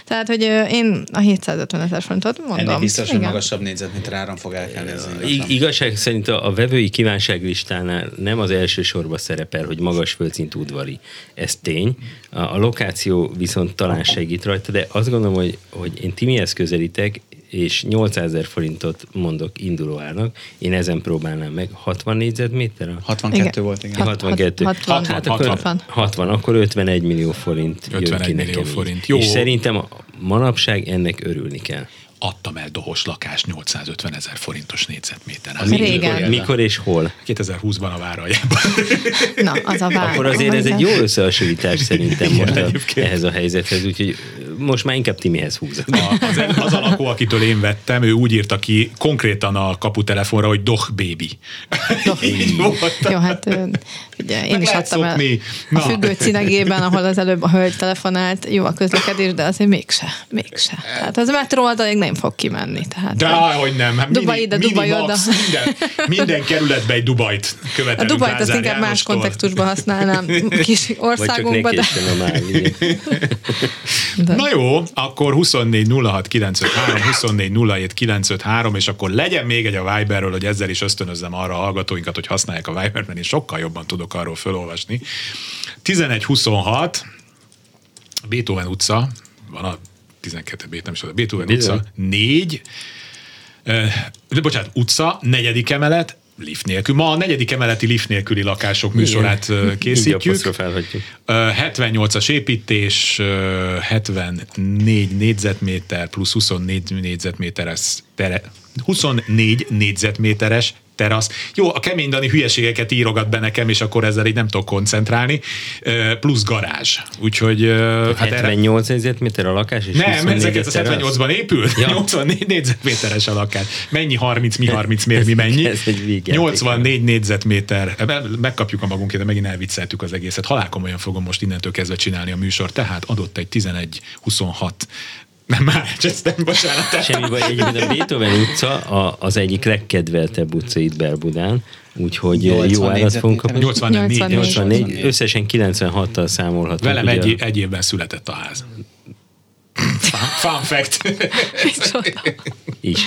[SPEAKER 3] Tehát, hogy ö, én a 750 ezer forintot mondom.
[SPEAKER 5] Ennél biztos, hogy
[SPEAKER 3] Igen.
[SPEAKER 5] magasabb négyzetméter áron fog elkelni ez az
[SPEAKER 4] I-
[SPEAKER 5] ingatlan.
[SPEAKER 4] igazság szerint a, a vevői kívánságlistánál nem az első sorba szerepel, hogy magas földszint udvari. Ez tény. A, a lokáció viszont talán segít rajta, de azt gondolom, hogy, hogy én Timihez közelítek, és 800 ezer forintot mondok indulóának. Én ezen próbálnám meg 60 négyzetméter? a-
[SPEAKER 5] 62
[SPEAKER 3] Igen.
[SPEAKER 5] volt, igen.
[SPEAKER 3] Hat-
[SPEAKER 4] 62.
[SPEAKER 3] hat- hatvan.
[SPEAKER 4] Hát akkor,
[SPEAKER 2] 60.
[SPEAKER 4] 60, akkor 51 millió forint jön
[SPEAKER 2] 51
[SPEAKER 4] ki
[SPEAKER 2] millió
[SPEAKER 4] nekem így.
[SPEAKER 2] forint. Jó.
[SPEAKER 4] És szerintem a manapság ennek örülni kell.
[SPEAKER 2] Adtam el dohos lakást 850 ezer forintos négyzetméter.
[SPEAKER 3] mi- Régen.
[SPEAKER 4] Mikor, mikor és hol?
[SPEAKER 2] 2020-ban a váraljában.
[SPEAKER 3] Na, az a vágy.
[SPEAKER 4] Akkor azért ez egy jó összehasonlítás szerintem most a,
[SPEAKER 2] egyébként.
[SPEAKER 4] ehhez a helyzethez, úgyhogy most már inkább Timihez húzok.
[SPEAKER 2] Az, az a lakó, akitől én vettem, ő úgy írta ki konkrétan a kaputelefonra, hogy Doch baby. Így volt.
[SPEAKER 3] Jó, hát ö, ugye, én
[SPEAKER 2] Meg
[SPEAKER 3] is
[SPEAKER 2] lehet
[SPEAKER 3] adtam el
[SPEAKER 2] szokni. Na.
[SPEAKER 3] a függő cinegében, ahol az előbb a hölgy telefonált, jó a közlekedés, de azért mégse, mégse. Tehát az metró oldalig nem fog kimenni. Tehát,
[SPEAKER 2] De hogy nem. Hát
[SPEAKER 3] Dubaj
[SPEAKER 2] mini-
[SPEAKER 3] ide,
[SPEAKER 2] mini
[SPEAKER 3] Dubaj
[SPEAKER 2] max,
[SPEAKER 3] oda.
[SPEAKER 2] Minden, minden kerületbe egy Dubajt
[SPEAKER 3] a
[SPEAKER 2] követelünk
[SPEAKER 3] Dubajt azt
[SPEAKER 2] Lázár
[SPEAKER 3] inkább más
[SPEAKER 2] Jánostól.
[SPEAKER 3] kontextusban használnám kis
[SPEAKER 4] Vagy csak ne
[SPEAKER 3] országunkban, de,
[SPEAKER 4] késsen a már.
[SPEAKER 3] de
[SPEAKER 2] Na jó, akkor 24 06 953, 24 07 953, és akkor legyen még egy a Viberről, hogy ezzel is ösztönözzem arra a hallgatóinkat, hogy használják a Vibert, mert én sokkal jobban tudok arról felolvasni. 11 26, Beethoven utca, van a 12. Bét, nem is az, a Beethoven
[SPEAKER 4] Bizony.
[SPEAKER 2] utca, 4, de bocsánat, utca, negyedik emelet, lift nélkül. Ma a negyedik emeleti lift nélküli lakások műsorát ö, készítjük.
[SPEAKER 4] apostrofálhatjuk.
[SPEAKER 2] Ö, 78-as építés, ö, 74 négyzetméter plusz 24 négyzetméteres tere, 24 négyzetméteres terasz. Jó, a kemény Dani hülyeségeket írogat be nekem, és akkor ezzel így nem tudok koncentrálni. Ö, Plusz garázs. Úgyhogy ö, hát erre
[SPEAKER 4] 78 négyzetméter a lakás, és
[SPEAKER 2] nem,
[SPEAKER 4] 24 egy terasz.
[SPEAKER 2] 1978-ban épült,
[SPEAKER 4] Ja.
[SPEAKER 2] ja. 84 négyzetméteres a lakás. Mennyi 30, mi 30, miért mi mennyi?
[SPEAKER 4] Ez egy végjáték.
[SPEAKER 2] 84 négyzetméter. Ebben Megkapjuk a magunkét, de megint elvicceltük az egészet. Halálkomolyan fogom most innentől kezdve csinálni a műsor. Tehát adott egy 11-26 nem már, ezt nem bocsánat.
[SPEAKER 4] Semmi baj, egyébként a Beethoven utca a, az egyik legkedveltebb utca itt Belbudán, úgyhogy ö,
[SPEAKER 5] 80
[SPEAKER 4] jó állat fogunk kapni.
[SPEAKER 2] 84.
[SPEAKER 3] 84.
[SPEAKER 4] 84, összesen 96-tal számolhatunk.
[SPEAKER 2] Velem
[SPEAKER 4] ugye.
[SPEAKER 2] egy, egy évben született a ház. Fun, fun fact.
[SPEAKER 3] Micsoda.
[SPEAKER 4] is.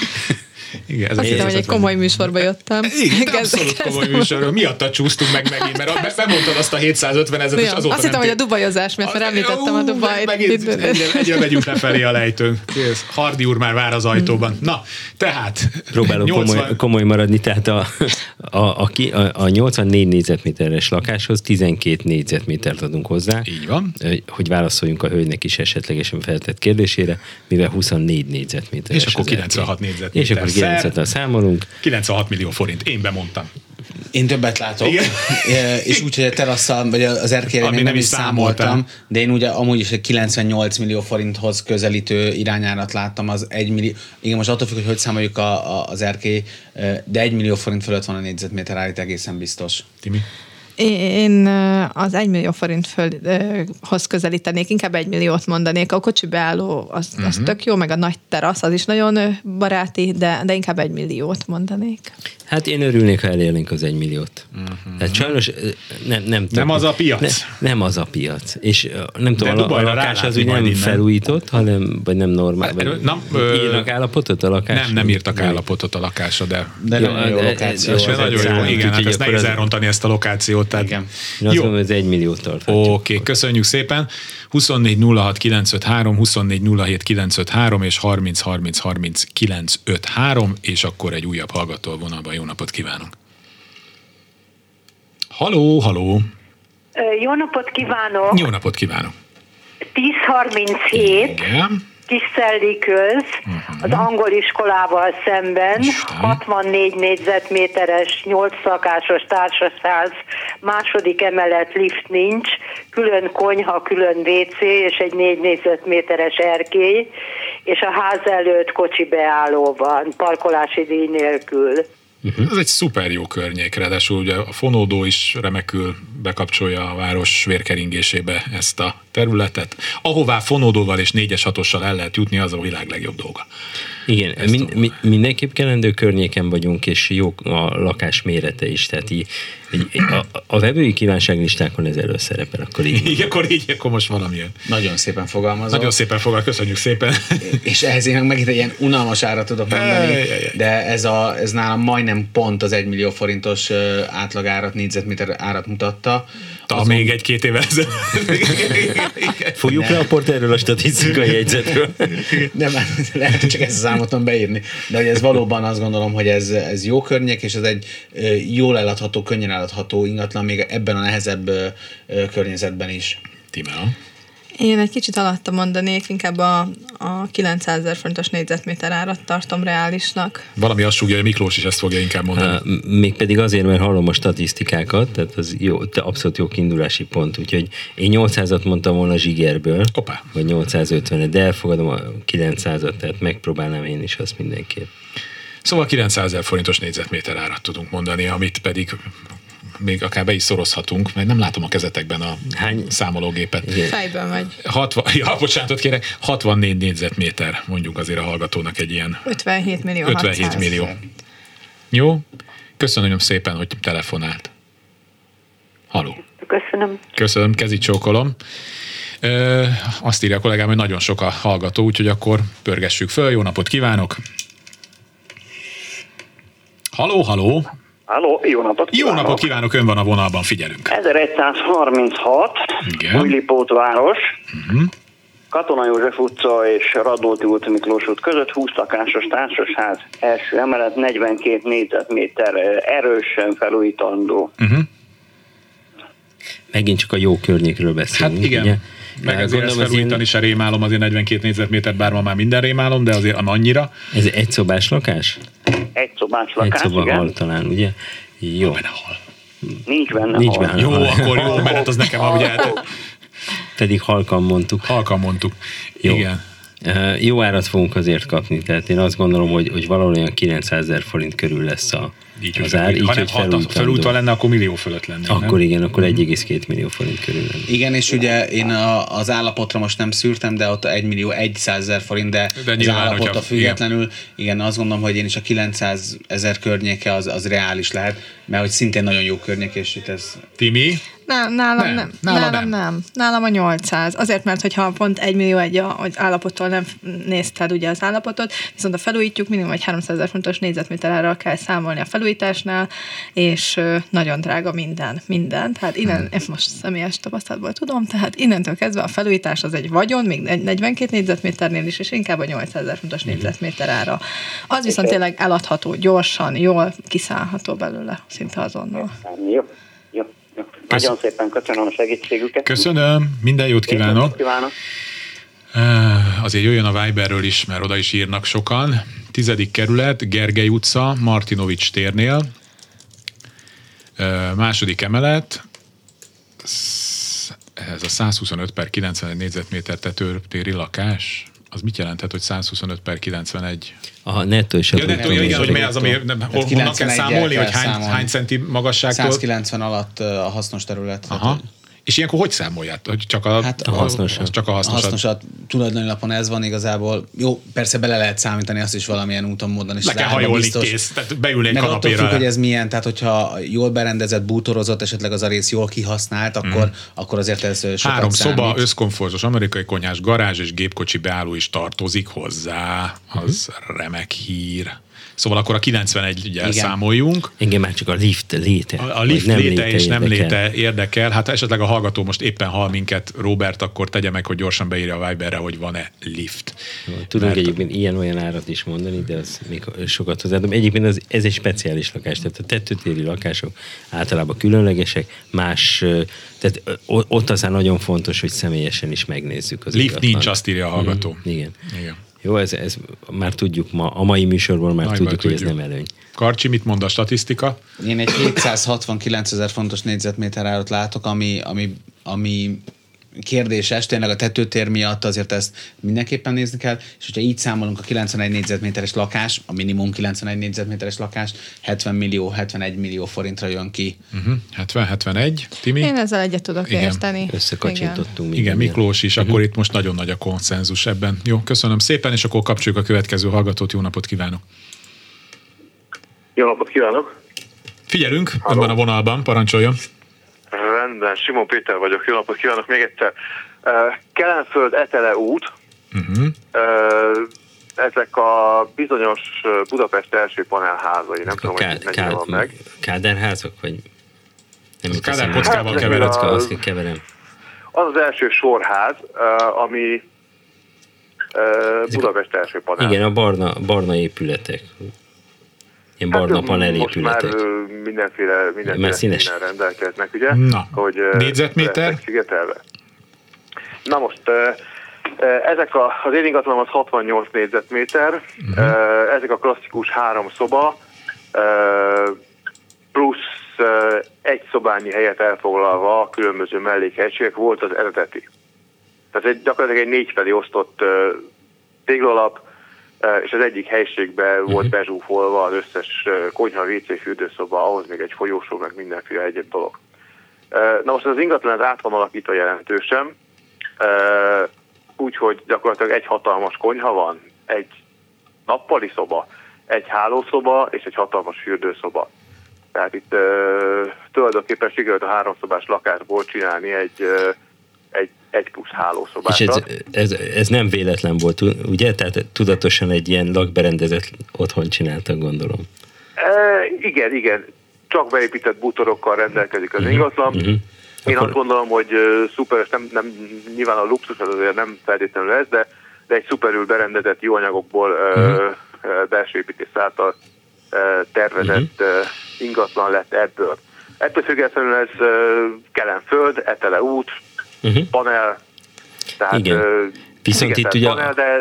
[SPEAKER 2] Igen, ez
[SPEAKER 3] Azt hittem, hogy egy komoly műsorba jöttem.
[SPEAKER 2] Igen,
[SPEAKER 3] Kezdek-
[SPEAKER 2] abszolút
[SPEAKER 3] kezdtem-
[SPEAKER 2] komoly műsorról. Miatta csúsztunk meg megint, mert be- bemondtad azt a 750 ezeret, és
[SPEAKER 3] Ja,
[SPEAKER 2] azóta
[SPEAKER 3] Azt hittem,
[SPEAKER 2] nem
[SPEAKER 3] hogy a
[SPEAKER 2] tér-
[SPEAKER 3] dubajozás, mert már
[SPEAKER 2] Az-
[SPEAKER 3] említettem a
[SPEAKER 2] Ú,
[SPEAKER 3] Dubajt.
[SPEAKER 2] meg- Megint egyre, egyre megyünk lefelé a lejtőn. Kész. Hardi úr már vár az ajtóban. Na, tehát.
[SPEAKER 4] Próbálok
[SPEAKER 2] 80
[SPEAKER 4] komoly, komoly maradni, tehát a, a, a, ki- a, a 84 négyzetméteres lakáshoz 12 négyzetmétert adunk hozzá.
[SPEAKER 2] Így van.
[SPEAKER 4] Ö, Hogy válaszoljunk a hölgynek is esetlegesen feltett kérdésére, mivel 24 négyzetméteres.
[SPEAKER 2] És akkor
[SPEAKER 4] az elkép.
[SPEAKER 2] 96 négyzetméter.
[SPEAKER 4] És akkor
[SPEAKER 2] Szer.
[SPEAKER 4] 96 al számolunk.
[SPEAKER 2] 96 millió forint. Én bemondtam.
[SPEAKER 5] Én többet látok,
[SPEAKER 2] Igen.
[SPEAKER 5] E, és úgy, hogy a terasszal, vagy az erkére
[SPEAKER 2] Ami
[SPEAKER 5] még
[SPEAKER 2] nem
[SPEAKER 5] nem is
[SPEAKER 2] is számoltál.
[SPEAKER 5] számoltam, de én ugye amúgy is egy 98 millió forinthoz közelítő irányárat láttam, az 1 millió, igen, most attól függ, hogy hogy számoljuk a, a, az erkély, e, de 1 millió forint fölött van a négyzetméter állít egészen biztos.
[SPEAKER 2] Timi.
[SPEAKER 3] Én ö, az 1 millió forint fölhoz közelítenék, inkább 1 milliót mondanék. A kocsi beálló az, az uh-huh. tök jó, meg a nagy terasz, az is nagyon ö, baráti, de, de inkább 1 milliót mondanék.
[SPEAKER 4] Hát én örülnék, ha elérnénk az egy milliót.
[SPEAKER 5] Mhm.
[SPEAKER 4] Uh-huh. Tehát sajnos ö, nem, nem, tudom.
[SPEAKER 2] az a piac.
[SPEAKER 4] Ne, nem az a piac. És ö, nem tudom,
[SPEAKER 2] De
[SPEAKER 4] a, a
[SPEAKER 2] Dubajra
[SPEAKER 4] lakás az
[SPEAKER 2] rálátni
[SPEAKER 4] úgy nem
[SPEAKER 2] majd
[SPEAKER 4] innen.
[SPEAKER 2] innen.
[SPEAKER 4] felújított, hanem, vagy nem normál.
[SPEAKER 2] Hát,
[SPEAKER 4] Vagy,
[SPEAKER 2] nem, ö,
[SPEAKER 4] írnak állapotot a lakás?
[SPEAKER 2] Nem, nem írtak
[SPEAKER 4] Jaj.
[SPEAKER 2] állapotot a lakásra, de...
[SPEAKER 5] De
[SPEAKER 4] Jó,
[SPEAKER 5] nagyon jó
[SPEAKER 4] de- de-
[SPEAKER 5] lokáció.
[SPEAKER 4] de- de-
[SPEAKER 2] de
[SPEAKER 4] az
[SPEAKER 2] nagyon jó,
[SPEAKER 4] számít,
[SPEAKER 2] igen, hát
[SPEAKER 4] úgyhogy
[SPEAKER 2] ezt
[SPEAKER 4] akkor
[SPEAKER 2] nehéz
[SPEAKER 4] az-
[SPEAKER 2] elrontani ezt a lokációt. Tehát...
[SPEAKER 5] Igen.
[SPEAKER 4] Én azt
[SPEAKER 2] Jó.
[SPEAKER 4] gondolom, ez egy millió tarthatjuk.
[SPEAKER 2] Oké, okay, köszönjük szépen. 24 06 953, 24 07 953 és 30 30 30 953, és akkor egy újabb hallgató a vonalban. Jó napot kívánunk! Haló, haló!
[SPEAKER 6] Ö, Jó napot kívánok!
[SPEAKER 2] Jó napot kívánok!
[SPEAKER 6] 1037
[SPEAKER 2] Igen. Mhm.
[SPEAKER 6] kis köz, az angol iskolával szemben,
[SPEAKER 2] Isten.
[SPEAKER 6] 64 négyzetméteres, 8 szakásos társaszáz, második emelet lift nincs, külön konyha, külön WC és egy 4 négyzetméteres erkély, és a ház előtt kocsi beálló van, parkolási díj nélkül.
[SPEAKER 2] Uh-huh. Ez egy szuper jó környék, ráadásul ugye a fonódó is remekül bekapcsolja a város vérkeringésébe ezt a területet. Ahová fonódóval és 4-es 6 el lehet jutni, az a világ legjobb dolga.
[SPEAKER 4] Igen,
[SPEAKER 2] Ezt
[SPEAKER 4] min,
[SPEAKER 2] tudom.
[SPEAKER 4] mi, mindenképp kelendő környéken vagyunk, és jó a lakás mérete is. Tehát így, így, a, a vevői kívánságlistákon ez előszerepel, akkor így.
[SPEAKER 2] Így akkor így, akkor most valamilyen.
[SPEAKER 5] Nagyon szépen fogalmazol.
[SPEAKER 2] Nagyon szépen fogad, köszönjük szépen.
[SPEAKER 5] és ehhez én meg megint egy ilyen unalmas árat tudok mondani,
[SPEAKER 2] Ejjjjjj.
[SPEAKER 5] de ez, a, ez nálam majdnem pont az 1 millió forintos ö, átlagárat, négyzetméter árat mutatta.
[SPEAKER 2] Ta még egy-két évvel ezelőtt.
[SPEAKER 4] Fogjuk le a porterről a statisztikai jegyzetről.
[SPEAKER 5] Nem, hát lehet, hogy csak ezt az álmot tudom beírni. De hogy ez valóban azt gondolom, hogy ez, ez jó környék, és ez egy ö, jól eladható, könnyen eladható ingatlan, még ebben a nehezebb ö, ö, környezetben is.
[SPEAKER 2] Timea.
[SPEAKER 3] Én egy kicsit alatta mondanék, inkább a, a 900 ezer fontos négyzetméter árat tartom reálisnak.
[SPEAKER 2] Valami azt súgja, hogy Miklós is ezt fogja inkább mondani.
[SPEAKER 4] Á, Mégpedig azért, mert hallom a statisztikákat, tehát az jó, te abszolút jó kiindulási pont, úgyhogy én 800-at mondtam volna zsigerből,
[SPEAKER 2] Hoppá.
[SPEAKER 4] vagy 850 de elfogadom a 900-at, tehát megpróbálnám én is azt mindenképp.
[SPEAKER 2] Szóval 900 ezer forintos négyzetméter árat tudunk mondani, amit pedig még akár be is szorozhatunk, mert nem látom a kezetekben a
[SPEAKER 4] Hány?
[SPEAKER 2] számológépet.
[SPEAKER 4] Igen.
[SPEAKER 3] Fejből megy.
[SPEAKER 2] 60, ja, bocsánatot kérek, 64 négyzetméter, mondjuk azért a hallgatónak egy ilyen
[SPEAKER 3] 57 millió
[SPEAKER 2] 57
[SPEAKER 3] 600.
[SPEAKER 2] millió. Jó? Köszönöm szépen, hogy telefonált. Haló.
[SPEAKER 6] Köszönöm.
[SPEAKER 2] Köszönöm, kezi csókolom. Ö, Ö, azt írja a kollégám, hogy nagyon sok a hallgató, úgyhogy akkor pörgessük föl. Jó napot kívánok! Haló, haló!
[SPEAKER 9] Halló, jó napot
[SPEAKER 2] Jó
[SPEAKER 9] kívánok!
[SPEAKER 2] napot kívánok, ön van a vonalban, figyelünk.
[SPEAKER 9] 1136,
[SPEAKER 2] Igen.
[SPEAKER 9] Újlipótváros, uh-huh.
[SPEAKER 2] Mhm.
[SPEAKER 9] Katona József utca és Radnóti út Miklós út között 20 lakásos társasház első emelet, 42 négyzetméter, eh, erősen felújítandó.
[SPEAKER 2] Mhm.
[SPEAKER 4] Megint csak a jó környékről
[SPEAKER 2] Hát
[SPEAKER 4] beszélünk. ugye?
[SPEAKER 2] igen, meg
[SPEAKER 4] Hát
[SPEAKER 2] azért ezt
[SPEAKER 4] az
[SPEAKER 2] felújítani
[SPEAKER 4] ilyen-
[SPEAKER 2] se rémálom, azért 42 négyzetmétert, bár ma már minden rémálom, de azért nem annyira.
[SPEAKER 4] Ez egy szobás lakás?
[SPEAKER 9] Egy szobás
[SPEAKER 4] Egy
[SPEAKER 9] lakás,
[SPEAKER 4] szoba
[SPEAKER 9] igen?
[SPEAKER 4] hal talán, ugye? Jó.
[SPEAKER 2] Benne hal.
[SPEAKER 9] Nincs benne
[SPEAKER 4] Nincs
[SPEAKER 9] hal.
[SPEAKER 4] benne.
[SPEAKER 2] Jó,
[SPEAKER 4] Hal.
[SPEAKER 2] akkor jó, mert hát az nekem, ahogy el,
[SPEAKER 4] Pedig halkan mondtuk.
[SPEAKER 2] halkan mondtuk.
[SPEAKER 4] Jó.
[SPEAKER 2] Igen.
[SPEAKER 4] Ö, Jó árat fogunk azért kapni, tehát én azt gondolom, hogy, hogy valahol olyan 900 ezer forint körül lesz a,
[SPEAKER 2] Így,
[SPEAKER 4] az
[SPEAKER 2] az
[SPEAKER 4] ár, így,
[SPEAKER 2] ha
[SPEAKER 4] hogy
[SPEAKER 2] nem hat, felújtva
[SPEAKER 4] felújítandó.
[SPEAKER 2] lenne, akkor millió fölött lenne.
[SPEAKER 4] Akkor
[SPEAKER 2] nem?
[SPEAKER 4] igen, akkor 1,2 millió forint körül lenne.
[SPEAKER 5] Igen, és ugye én a, az állapotra most nem szűrtem, de ott 1 millió 100 ezer forint, de,
[SPEAKER 2] De
[SPEAKER 5] de az
[SPEAKER 2] nyilván,
[SPEAKER 5] állapota
[SPEAKER 2] hogyha-
[SPEAKER 5] függetlenül, igen. igen, azt gondolom, hogy én is a 900 ezer környéke az, az reális lehet, mert hogy szintén nagyon jó környék, és itt ez
[SPEAKER 2] Timi,
[SPEAKER 3] Nem, nálam
[SPEAKER 2] Nem,
[SPEAKER 3] nem. nem.
[SPEAKER 2] nála
[SPEAKER 3] nálam
[SPEAKER 2] nem.
[SPEAKER 3] nem. nem. Nálam a 800. Azért, mert hogyha pont 1 millió egy a- az állapottól nem f- nézted ugye az állapotot, viszont a felújítjuk, minimum egy 300 ezer fontos négyzetméter árral kell számolni a felújításnál, és ö, nagyon drága minden, minden. Tehát innen, hmm. ezt most személyes tapasztalatból tudom, tehát innentől kezdve a felújítás az egy vagyon, még egy 42 négyzetméternél is, és inkább a 800 ezer fontos négyzetméter ára. Az viszont tényleg eladható, gyorsan, jól kiszállható belőle, szinte azonnal.
[SPEAKER 9] Jó, jó, jó. Nagyon szépen köszönöm a segítségüket.
[SPEAKER 2] köszönöm, minden jót kívánok.
[SPEAKER 9] kívánok.
[SPEAKER 2] Ah, Azért jöjjön a Viberről is, mert oda is írnak sokan. Tizedik kerület, Gergely utca, Martinovics térnél. Ö, Második emelet, Sz- ez a 125 per 91 négyzetméter tetőtéri lakás, az mit jelenthet, hogy 125 per 91?
[SPEAKER 4] A nettó és a
[SPEAKER 2] Ja, de,
[SPEAKER 4] bruttó
[SPEAKER 2] ja, igen, hogy
[SPEAKER 4] összeg.
[SPEAKER 2] mi az, ami nem, hol, honnan kell
[SPEAKER 5] 91-el
[SPEAKER 2] számolni,
[SPEAKER 5] kell
[SPEAKER 2] hogy hány,
[SPEAKER 5] számolni.
[SPEAKER 2] hány centi magasságtól?
[SPEAKER 5] 190 alatt ö, a hasznos terület. Tehát,
[SPEAKER 2] Aha. És ilyenkor hogy számolják? Hogy csak a,
[SPEAKER 5] Hát
[SPEAKER 2] hát
[SPEAKER 5] a
[SPEAKER 2] a,
[SPEAKER 4] hasznosat.
[SPEAKER 2] Csak a
[SPEAKER 5] A
[SPEAKER 2] hasznosat.
[SPEAKER 5] hasznosat tulajdonlapon ez van igazából. Jó, persze bele lehet számítani azt is valamilyen úton, módon. És
[SPEAKER 2] Le
[SPEAKER 5] az
[SPEAKER 2] kell
[SPEAKER 5] árba
[SPEAKER 2] hajolni kész, tehát beülni egy
[SPEAKER 5] Meg attól
[SPEAKER 2] kanapéra
[SPEAKER 5] függ,
[SPEAKER 2] le.
[SPEAKER 5] hogy ez milyen, tehát hogyha jól berendezett, bútorozott, esetleg az a rész jól kihasznált, akkor, akkor azért ez ö, sokat
[SPEAKER 2] Mhm. Három
[SPEAKER 5] számít.
[SPEAKER 2] szoba, összkomfortos amerikai konyhás, garázs és gépkocsi beálló is tartozik hozzá. Az remek hír. Szóval akkor a 91-jel
[SPEAKER 5] Igen.
[SPEAKER 2] számoljunk.
[SPEAKER 4] Engem már csak a lift léte.
[SPEAKER 2] A, a
[SPEAKER 4] vagy
[SPEAKER 2] lift
[SPEAKER 4] nem
[SPEAKER 2] léte, és nem
[SPEAKER 4] érdekel.
[SPEAKER 2] léte érdekel. Hát ha esetleg a hallgató most éppen hall minket, Robert, akkor tegye meg, hogy gyorsan beírja a Viberre, hogy van-e lift.
[SPEAKER 4] Tudunk
[SPEAKER 2] Mert-
[SPEAKER 4] egyébként ilyen-olyan árat is mondani, de az még sokat hozzáadom. Egyébként az, ez egy speciális lakás, tehát a tetőtéri lakások általában különlegesek, más, ö, tehát ö, o- ott aztán nagyon fontos, hogy személyesen is megnézzük az
[SPEAKER 2] Lift
[SPEAKER 4] ingatlant.
[SPEAKER 2] nincs, azt írja a hallgató.
[SPEAKER 4] Mm, igen.
[SPEAKER 2] Igen.
[SPEAKER 4] Jó, ez, ez már tudjuk ma, a mai műsorból már
[SPEAKER 2] Nagy
[SPEAKER 4] tudjuk,
[SPEAKER 2] baj,
[SPEAKER 4] tudjuk, hogy ez nem előny.
[SPEAKER 2] Karcsi, mit mond a statisztika?
[SPEAKER 5] Én egy 769 ezer fontos négyzetméter árat látok, ami, ami, ami kérdéses, tényleg a tetőtér miatt azért ezt mindenképpen nézni kell, és hogyha így számolunk a 91 négyzetméteres lakás, a minimum 91 négyzetméteres lakás, 70 millió, 71 millió forintra jön ki.
[SPEAKER 2] Uh-huh. 70-71. Timi?
[SPEAKER 3] Én ezzel egyet tudok
[SPEAKER 2] Igen.
[SPEAKER 3] Igen. érteni. Igen.
[SPEAKER 4] Összekacsintottunk.
[SPEAKER 2] Igen,
[SPEAKER 4] mindennel.
[SPEAKER 2] Miklós is, akkor itt most nagyon nagy a konszenzus ebben. Jó, köszönöm szépen, és akkor kapcsoljuk a következő hallgatót. Jó napot kívánok!
[SPEAKER 10] Jó napot kívánok!
[SPEAKER 2] Figyelünk, ön van a vonalban, parancsoljon.
[SPEAKER 10] Rendben, Simon Péter vagyok, jó napot kívánok még egyszer. Uh, Kelenföld Etele út,
[SPEAKER 2] Uh-huh.
[SPEAKER 10] uh, ezek a bizonyos ö, Budapest első panelházai, nem tudom,
[SPEAKER 4] A
[SPEAKER 10] hogy
[SPEAKER 4] ká-
[SPEAKER 10] mennyire
[SPEAKER 4] ká-
[SPEAKER 10] van meg.
[SPEAKER 4] Kádárházak, vagy... Nem jut
[SPEAKER 2] Kádár
[SPEAKER 4] eszembe.
[SPEAKER 2] kockával
[SPEAKER 4] Hát,
[SPEAKER 2] kevered.
[SPEAKER 4] kockával azt keverem.
[SPEAKER 10] Az az első sorház, uh, ami uh, Budapest első panel.
[SPEAKER 4] Igen, a barna, barna épületek. Ilyen barna
[SPEAKER 10] hát,
[SPEAKER 4] panel
[SPEAKER 10] most már
[SPEAKER 4] épületek.
[SPEAKER 10] ö, mindenféle, mindenféle
[SPEAKER 4] Mert színes.
[SPEAKER 10] színnel rendelkeznek, ugye?
[SPEAKER 2] Na.
[SPEAKER 10] Hogy, ö,
[SPEAKER 2] Négyzetméter?
[SPEAKER 10] lesznek Szigetelve. Na most, ö, ö, ezek a, az én ingatlanom az 68 négyzetméter,
[SPEAKER 4] Mhm.
[SPEAKER 10] uh-huh. ezek a klasszikus három szoba, ö, plusz ö, egy szobányi helyet elfoglalva a különböző mellékhelységek volt az eredeti. Tehát egy, gyakorlatilag egy négyfelé osztott ö, téglalap, ö, és az egyik helységbe
[SPEAKER 4] Mhm.
[SPEAKER 10] volt bezsúfolva az összes ö, konyha, WC, fürdőszoba, ahhoz még egy folyósó, meg mindenféle egyéb dolog. Ö, Na most az ingatlan át van alakítva jelentősen, ö, úgyhogy gyakorlatilag egy hatalmas konyha van, egy nappali szoba, egy hálószoba és egy hatalmas fürdőszoba. Tehát itt ö, tulajdonképpen sikerült a háromszobás lakásból csinálni egy, ö, egy egy plusz hálószobára.
[SPEAKER 4] És ez, ez, ez nem véletlen volt, ugye? Tehát tudatosan egy ilyen lakberendezett otthon csináltak, gondolom.
[SPEAKER 10] E, igen, igen. Csak beépített bútorokkal rendelkezik az ingatlan.
[SPEAKER 4] Mhm.
[SPEAKER 10] Én
[SPEAKER 4] Akkor-
[SPEAKER 10] azt gondolom, hogy ö, szuper, és nem, nem, nyilván a luxus az azért nem feltétlenül ez, de, de egy szuperül berendezett jó anyagokból
[SPEAKER 4] Mhm.
[SPEAKER 10] ö, ö, belső építés által ö, tervezett
[SPEAKER 4] Mhm.
[SPEAKER 10] ö, ingatlan lett ebből. Ettől függetlenül ez ö, kelenföld, etele út,
[SPEAKER 4] Mhm.
[SPEAKER 10] panel, tehát
[SPEAKER 4] Igen.
[SPEAKER 10] ö,
[SPEAKER 4] Viszont
[SPEAKER 10] igen,
[SPEAKER 4] itt
[SPEAKER 10] tehát
[SPEAKER 4] ugye a-
[SPEAKER 10] panel, de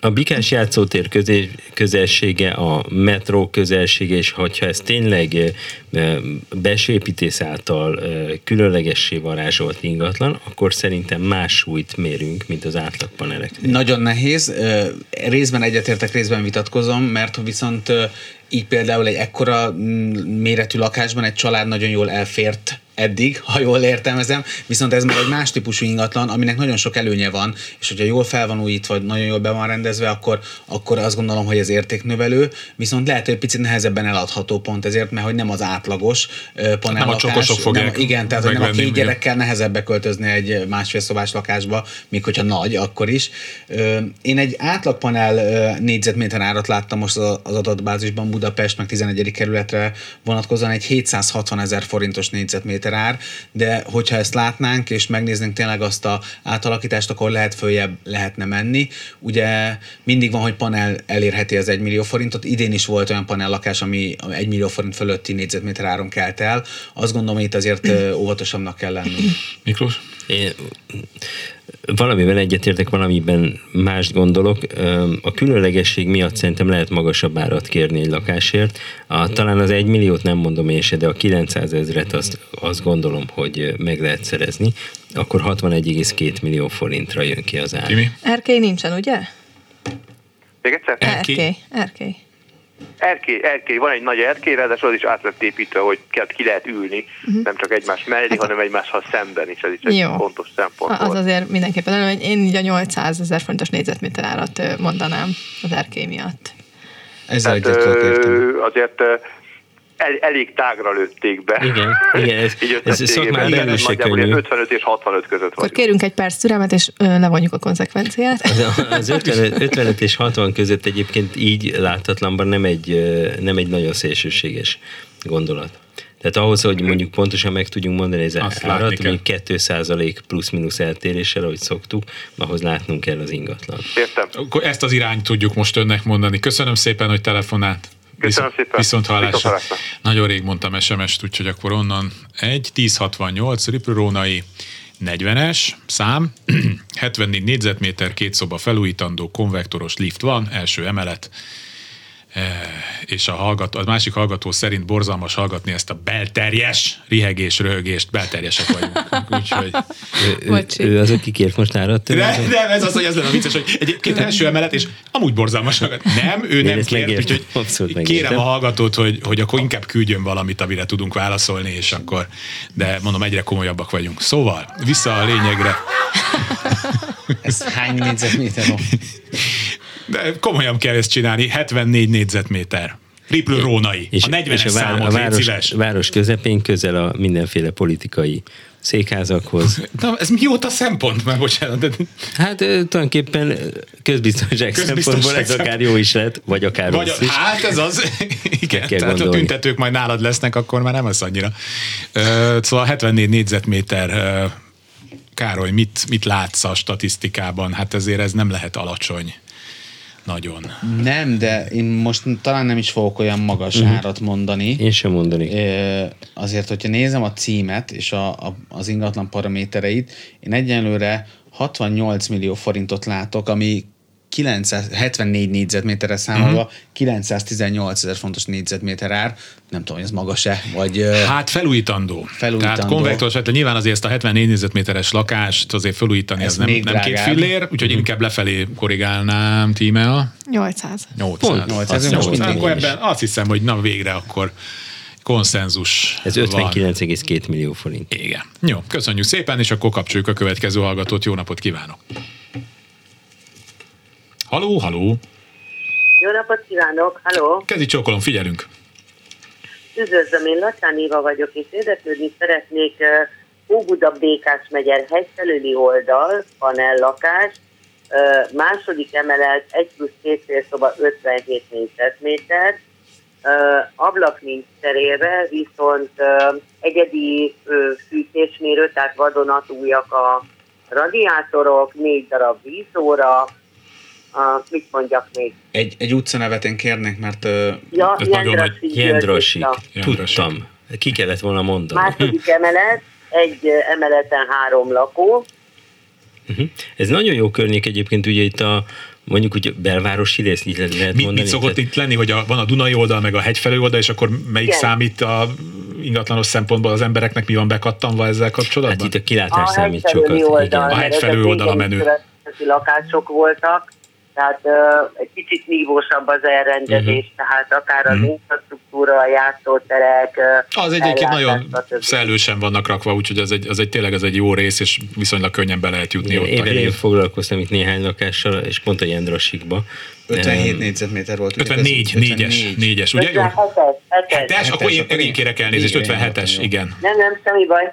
[SPEAKER 4] A Bikás játszótér közé, közelsége, a metró közelsége, és hogyha ez tényleg ö, ö, belső építész által ö, különlegessé varázsolt ingatlan, akkor szerintem más súlyt mérünk, mint az átlagpanelek.
[SPEAKER 5] Nagyon nehéz, ö, részben egyetértek, részben vitatkozom, mert viszont ö, így például egy ekkora mm, méretű lakásban egy család nagyon jól elfért eddig, ha jól értelmezem, viszont ez már egy más típusú ingatlan, aminek nagyon sok előnye van, és hogyha jól fel van újítva, vagy nagyon jól be van rendezve, akkor, akkor azt gondolom, hogy ez értéknövelő, viszont lehet, hogy egy picit nehezebben eladható pont ezért, mert hogy nem az átlagos ö, panellakás.
[SPEAKER 2] csokosok fogják
[SPEAKER 5] nem, igen, tehát hogy nem a
[SPEAKER 2] megvenni,
[SPEAKER 5] két
[SPEAKER 2] igen.
[SPEAKER 5] gyerek kell nehezebb beköltözni egy másfél szobás lakásba, míg hogyha nagy, akkor is. Ö, Én egy átlagpanel ö, négyzetméter árat láttam most az az adatbázisban Budapest, meg 11. kerületre vonatkozóan egy 760 ezer forintos négyzetméter ár, de hogyha ezt látnánk és megnéznénk tényleg azt a átalakítást, akkor lehet följebb lehetne menni. Ugye mindig van, hogy panel elérheti az 1 millió forintot. Idén is volt olyan panel lakás, ami 1 millió forint fölötti négyzetméter áron kelt el. Azt gondolom, hogy itt azért ö, óvatosabbnak kell lennünk.
[SPEAKER 2] Miklós?
[SPEAKER 4] Én valamiben egyetértek, valamiben más gondolok. Ö, A különlegesség miatt szerintem lehet magasabb árat kérni egy lakásért. A, talán az 1 milliót nem mondom én se, de a 900 ezret azt, azt gondolom, hogy ö, meg lehet szerezni. Akkor 61,2 millió forintra jön ki az ár.
[SPEAKER 2] Timi?
[SPEAKER 3] Erkély nincsen, ugye?
[SPEAKER 10] még egyszer?
[SPEAKER 2] Erkély?
[SPEAKER 3] Erkély. Erkély.
[SPEAKER 10] Erkély, erkély, van egy nagy erkély, ráadásul az is át lett építve, hogy ki- ki lehet ülni, uh-huh. nem csak egymás mellé, hát, hanem egymással szemben is, ez is egy
[SPEAKER 3] Jó.
[SPEAKER 10] fontos szempont
[SPEAKER 3] Az
[SPEAKER 10] volt.
[SPEAKER 3] azért mindenképpen elő, hogy én így a 800 ezer fontos négyzetméter árat ö, mondanám az erkély miatt.
[SPEAKER 5] Ezzel
[SPEAKER 10] Tehát,
[SPEAKER 5] egyet tudok érteni.
[SPEAKER 10] ö, azért ö, el, elég tágra lőtték be.
[SPEAKER 4] Igen, igen, ez-
[SPEAKER 10] Így
[SPEAKER 4] ez
[SPEAKER 10] összességében,
[SPEAKER 4] szakmán
[SPEAKER 10] de
[SPEAKER 4] belül se
[SPEAKER 10] nagyjából ilyen
[SPEAKER 4] könnyű.
[SPEAKER 10] 55 és 65 között
[SPEAKER 3] Akkor
[SPEAKER 10] vagyunk.
[SPEAKER 3] kérünk egy perc türelmet, és ö, levonjuk a konzekvenciát.
[SPEAKER 4] Az- Az 55, 55 és 60 között egyébként így láthatatlanban nem egy, ö, nem egy nagyon szélsőséges gondolat. Tehát ahhoz, hogy mondjuk pontosan meg tudjunk mondani az
[SPEAKER 2] Azt látni
[SPEAKER 4] árat,
[SPEAKER 2] kell.
[SPEAKER 4] mondjuk 2% plusz-minusz eltéréssel, ahogy szoktuk, ahhoz látnunk kell az ingatlan.
[SPEAKER 10] Értem.
[SPEAKER 2] Akkor ezt az irányt tudjuk most önnek mondani. Köszönöm szépen, hogy telefonált.
[SPEAKER 10] Köszönöm
[SPEAKER 2] Visz-
[SPEAKER 10] szépen.
[SPEAKER 2] Viszont hallásra.
[SPEAKER 10] Viszont hallásra.
[SPEAKER 2] Nagyon rég mondtam SMS-t, úgyhogy akkor onnan egy 1068 Riprurónai 40-es szám, 74 négyzetméter, két szoba felújítandó, konvektoros lift van, első emelet, E, és a, hallgató, a másik hallgató szerint borzalmas hallgatni ezt a belterjes rihegés, röhögést, belterjesek vagyunk. Úgyhogy...
[SPEAKER 4] Ő,
[SPEAKER 3] Bocsi.
[SPEAKER 4] ő az, aki kért most árat?
[SPEAKER 2] De, nem, ez az, hogy ez lenne a vicces, hogy egyébként első emelet, és amúgy borzalmas magad. Nem, ő nem
[SPEAKER 4] ezt
[SPEAKER 2] kért,
[SPEAKER 4] megértem.
[SPEAKER 2] úgyhogy
[SPEAKER 4] Abszolút
[SPEAKER 2] kérem
[SPEAKER 4] megértem.
[SPEAKER 2] a hallgatót, hogy, hogy akkor inkább küldjön valamit, amire tudunk válaszolni, és akkor, de mondom, egyre komolyabbak vagyunk. Szóval, vissza a lényegre.
[SPEAKER 5] Ez hány négyzetméter van?
[SPEAKER 2] De komolyan kell ezt csinálni, 74 négyzetméter. Riplő Rónai. a 40-es számot, légy
[SPEAKER 4] város,
[SPEAKER 2] szíves.
[SPEAKER 4] város közepén, közel a mindenféle politikai székházakhoz.
[SPEAKER 2] Na, ez mióta szempont? Már bocsánat. De...
[SPEAKER 4] Hát ö, tulajdonképpen ö, közbiztonság, szempontból ez
[SPEAKER 2] szempont.
[SPEAKER 4] akár jó is lett, vagy akár
[SPEAKER 2] Vagy,
[SPEAKER 4] rossz is.
[SPEAKER 2] hát ez az, igen,
[SPEAKER 4] kell
[SPEAKER 2] tehát a
[SPEAKER 4] gondolni.
[SPEAKER 2] tüntetők majd nálad lesznek, akkor már nem lesz annyira. Ö, Szóval 74 négyzetméter, ö, Károly, mit, mit látsz a statisztikában? Hát ezért ez nem lehet alacsony. Nagyon.
[SPEAKER 5] Nem, de én most talán nem is fogok olyan magas árat mondani.
[SPEAKER 4] Mhm. Én sem mondanék.
[SPEAKER 5] Ö, azért, hogyha nézem a címet és a, a, az ingatlan paramétereit, én egyenlőre 68 millió forintot látok, ami 974 négyzetméterre számolva
[SPEAKER 4] Mhm.
[SPEAKER 5] 918 ezer fontos négyzetméter ár. Nem tudom, hogy ez magas-e, vagy... ö,
[SPEAKER 2] Hát felújítandó.
[SPEAKER 5] Felújítandó.
[SPEAKER 2] Tehát konvektoros, hát nyilván azért ezt a 74 négyzetméteres lakást azért felújítani, ez,
[SPEAKER 5] Ez
[SPEAKER 2] ez nem,
[SPEAKER 5] még
[SPEAKER 2] nem két
[SPEAKER 5] drágább.
[SPEAKER 2] fillér, úgyhogy
[SPEAKER 4] Mhm.
[SPEAKER 2] inkább lefelé korrigálnám tímea.
[SPEAKER 3] 800.
[SPEAKER 2] 800.
[SPEAKER 4] Pont
[SPEAKER 5] 800,
[SPEAKER 2] Azt
[SPEAKER 5] most
[SPEAKER 2] hiszem,
[SPEAKER 5] mindig
[SPEAKER 2] akkor
[SPEAKER 4] is.
[SPEAKER 2] ebben azt hiszem, hogy na végre akkor konszenzus
[SPEAKER 4] Ez
[SPEAKER 2] van.
[SPEAKER 4] 59,2 millió forint.
[SPEAKER 2] Igen. Jó, köszönjük szépen, és akkor kapcsoljuk a következő hallgatót. Jó napot kívánok! Haló, haló!
[SPEAKER 11] Jó napot kívánok! Halló!
[SPEAKER 2] Kezi csókolom, figyelünk!
[SPEAKER 11] Üdvözlöm, én Lacsán Éva vagyok, és érdeklődni szeretnék ö, Óbuda Békás megyer hegyfelőli oldal, panel lakás, ö, második emelet, 1 plusz 2 félszoba 57 négyzetméter, Ö, ablak nincs cserélve, viszont ö, egyedi ö, fűtésmérő, tehát vadonatújak a radiátorok, négy darab vízóra, Ö, mit mondjak még?
[SPEAKER 5] Egy, egy utcanevet én kérnék, mert ö,
[SPEAKER 11] Ja, Ez nagyon Jendrassik nagy- György
[SPEAKER 4] Jendrasik.
[SPEAKER 11] utca.
[SPEAKER 4] Tudtam. Ki kellett volna mondanom.
[SPEAKER 11] Második emelet, egy ö, emeleten három lakó,
[SPEAKER 4] Mhm. Ez nagyon jó környék egyébként, ugye itt a mondjuk úgy belvárosi rész, így le- lehet
[SPEAKER 2] Mit,
[SPEAKER 4] mondani.
[SPEAKER 2] mit szokott itt lenni, hogy a, van a Dunai oldal, meg a hegyfelő oldal, és akkor melyik
[SPEAKER 11] Igen.
[SPEAKER 2] számít a ingatlanos szempontból az embereknek mi van bekattanva ezzel kapcsolatban? Hát itt
[SPEAKER 4] a kilátás
[SPEAKER 11] hegyfelőli oldal,
[SPEAKER 2] A
[SPEAKER 11] mert
[SPEAKER 2] hegyfelő
[SPEAKER 11] ezek
[SPEAKER 2] oldal a
[SPEAKER 11] régen
[SPEAKER 2] menő.
[SPEAKER 11] következő lakások voltak, tehát ö, egy kicsit nívósabb az elrendezés,
[SPEAKER 2] Mhm.
[SPEAKER 11] tehát akár az infrastruktúra, a játszóterek, ö,
[SPEAKER 2] Az egyébként
[SPEAKER 11] ellátás,
[SPEAKER 2] nagyon
[SPEAKER 11] stb.
[SPEAKER 2] szellősen vannak rakva, úgyhogy az egy, az egy tényleg az egy jó rész, és viszonylag könnyen be lehet jutni
[SPEAKER 4] Én
[SPEAKER 2] ott. a
[SPEAKER 4] évelején
[SPEAKER 2] hír.
[SPEAKER 4] foglalkoztam itt néhány lakással, és pont a Jendrasikba.
[SPEAKER 5] 57
[SPEAKER 4] négyzetméter volt.
[SPEAKER 2] 54, 4-es, 4-es, ugye? Jó?
[SPEAKER 11] 56-es, hetes.
[SPEAKER 2] Hetes, akkor én, én kérek elnézést, 57-es, igen.
[SPEAKER 11] hát Nem, nem, semmi baj.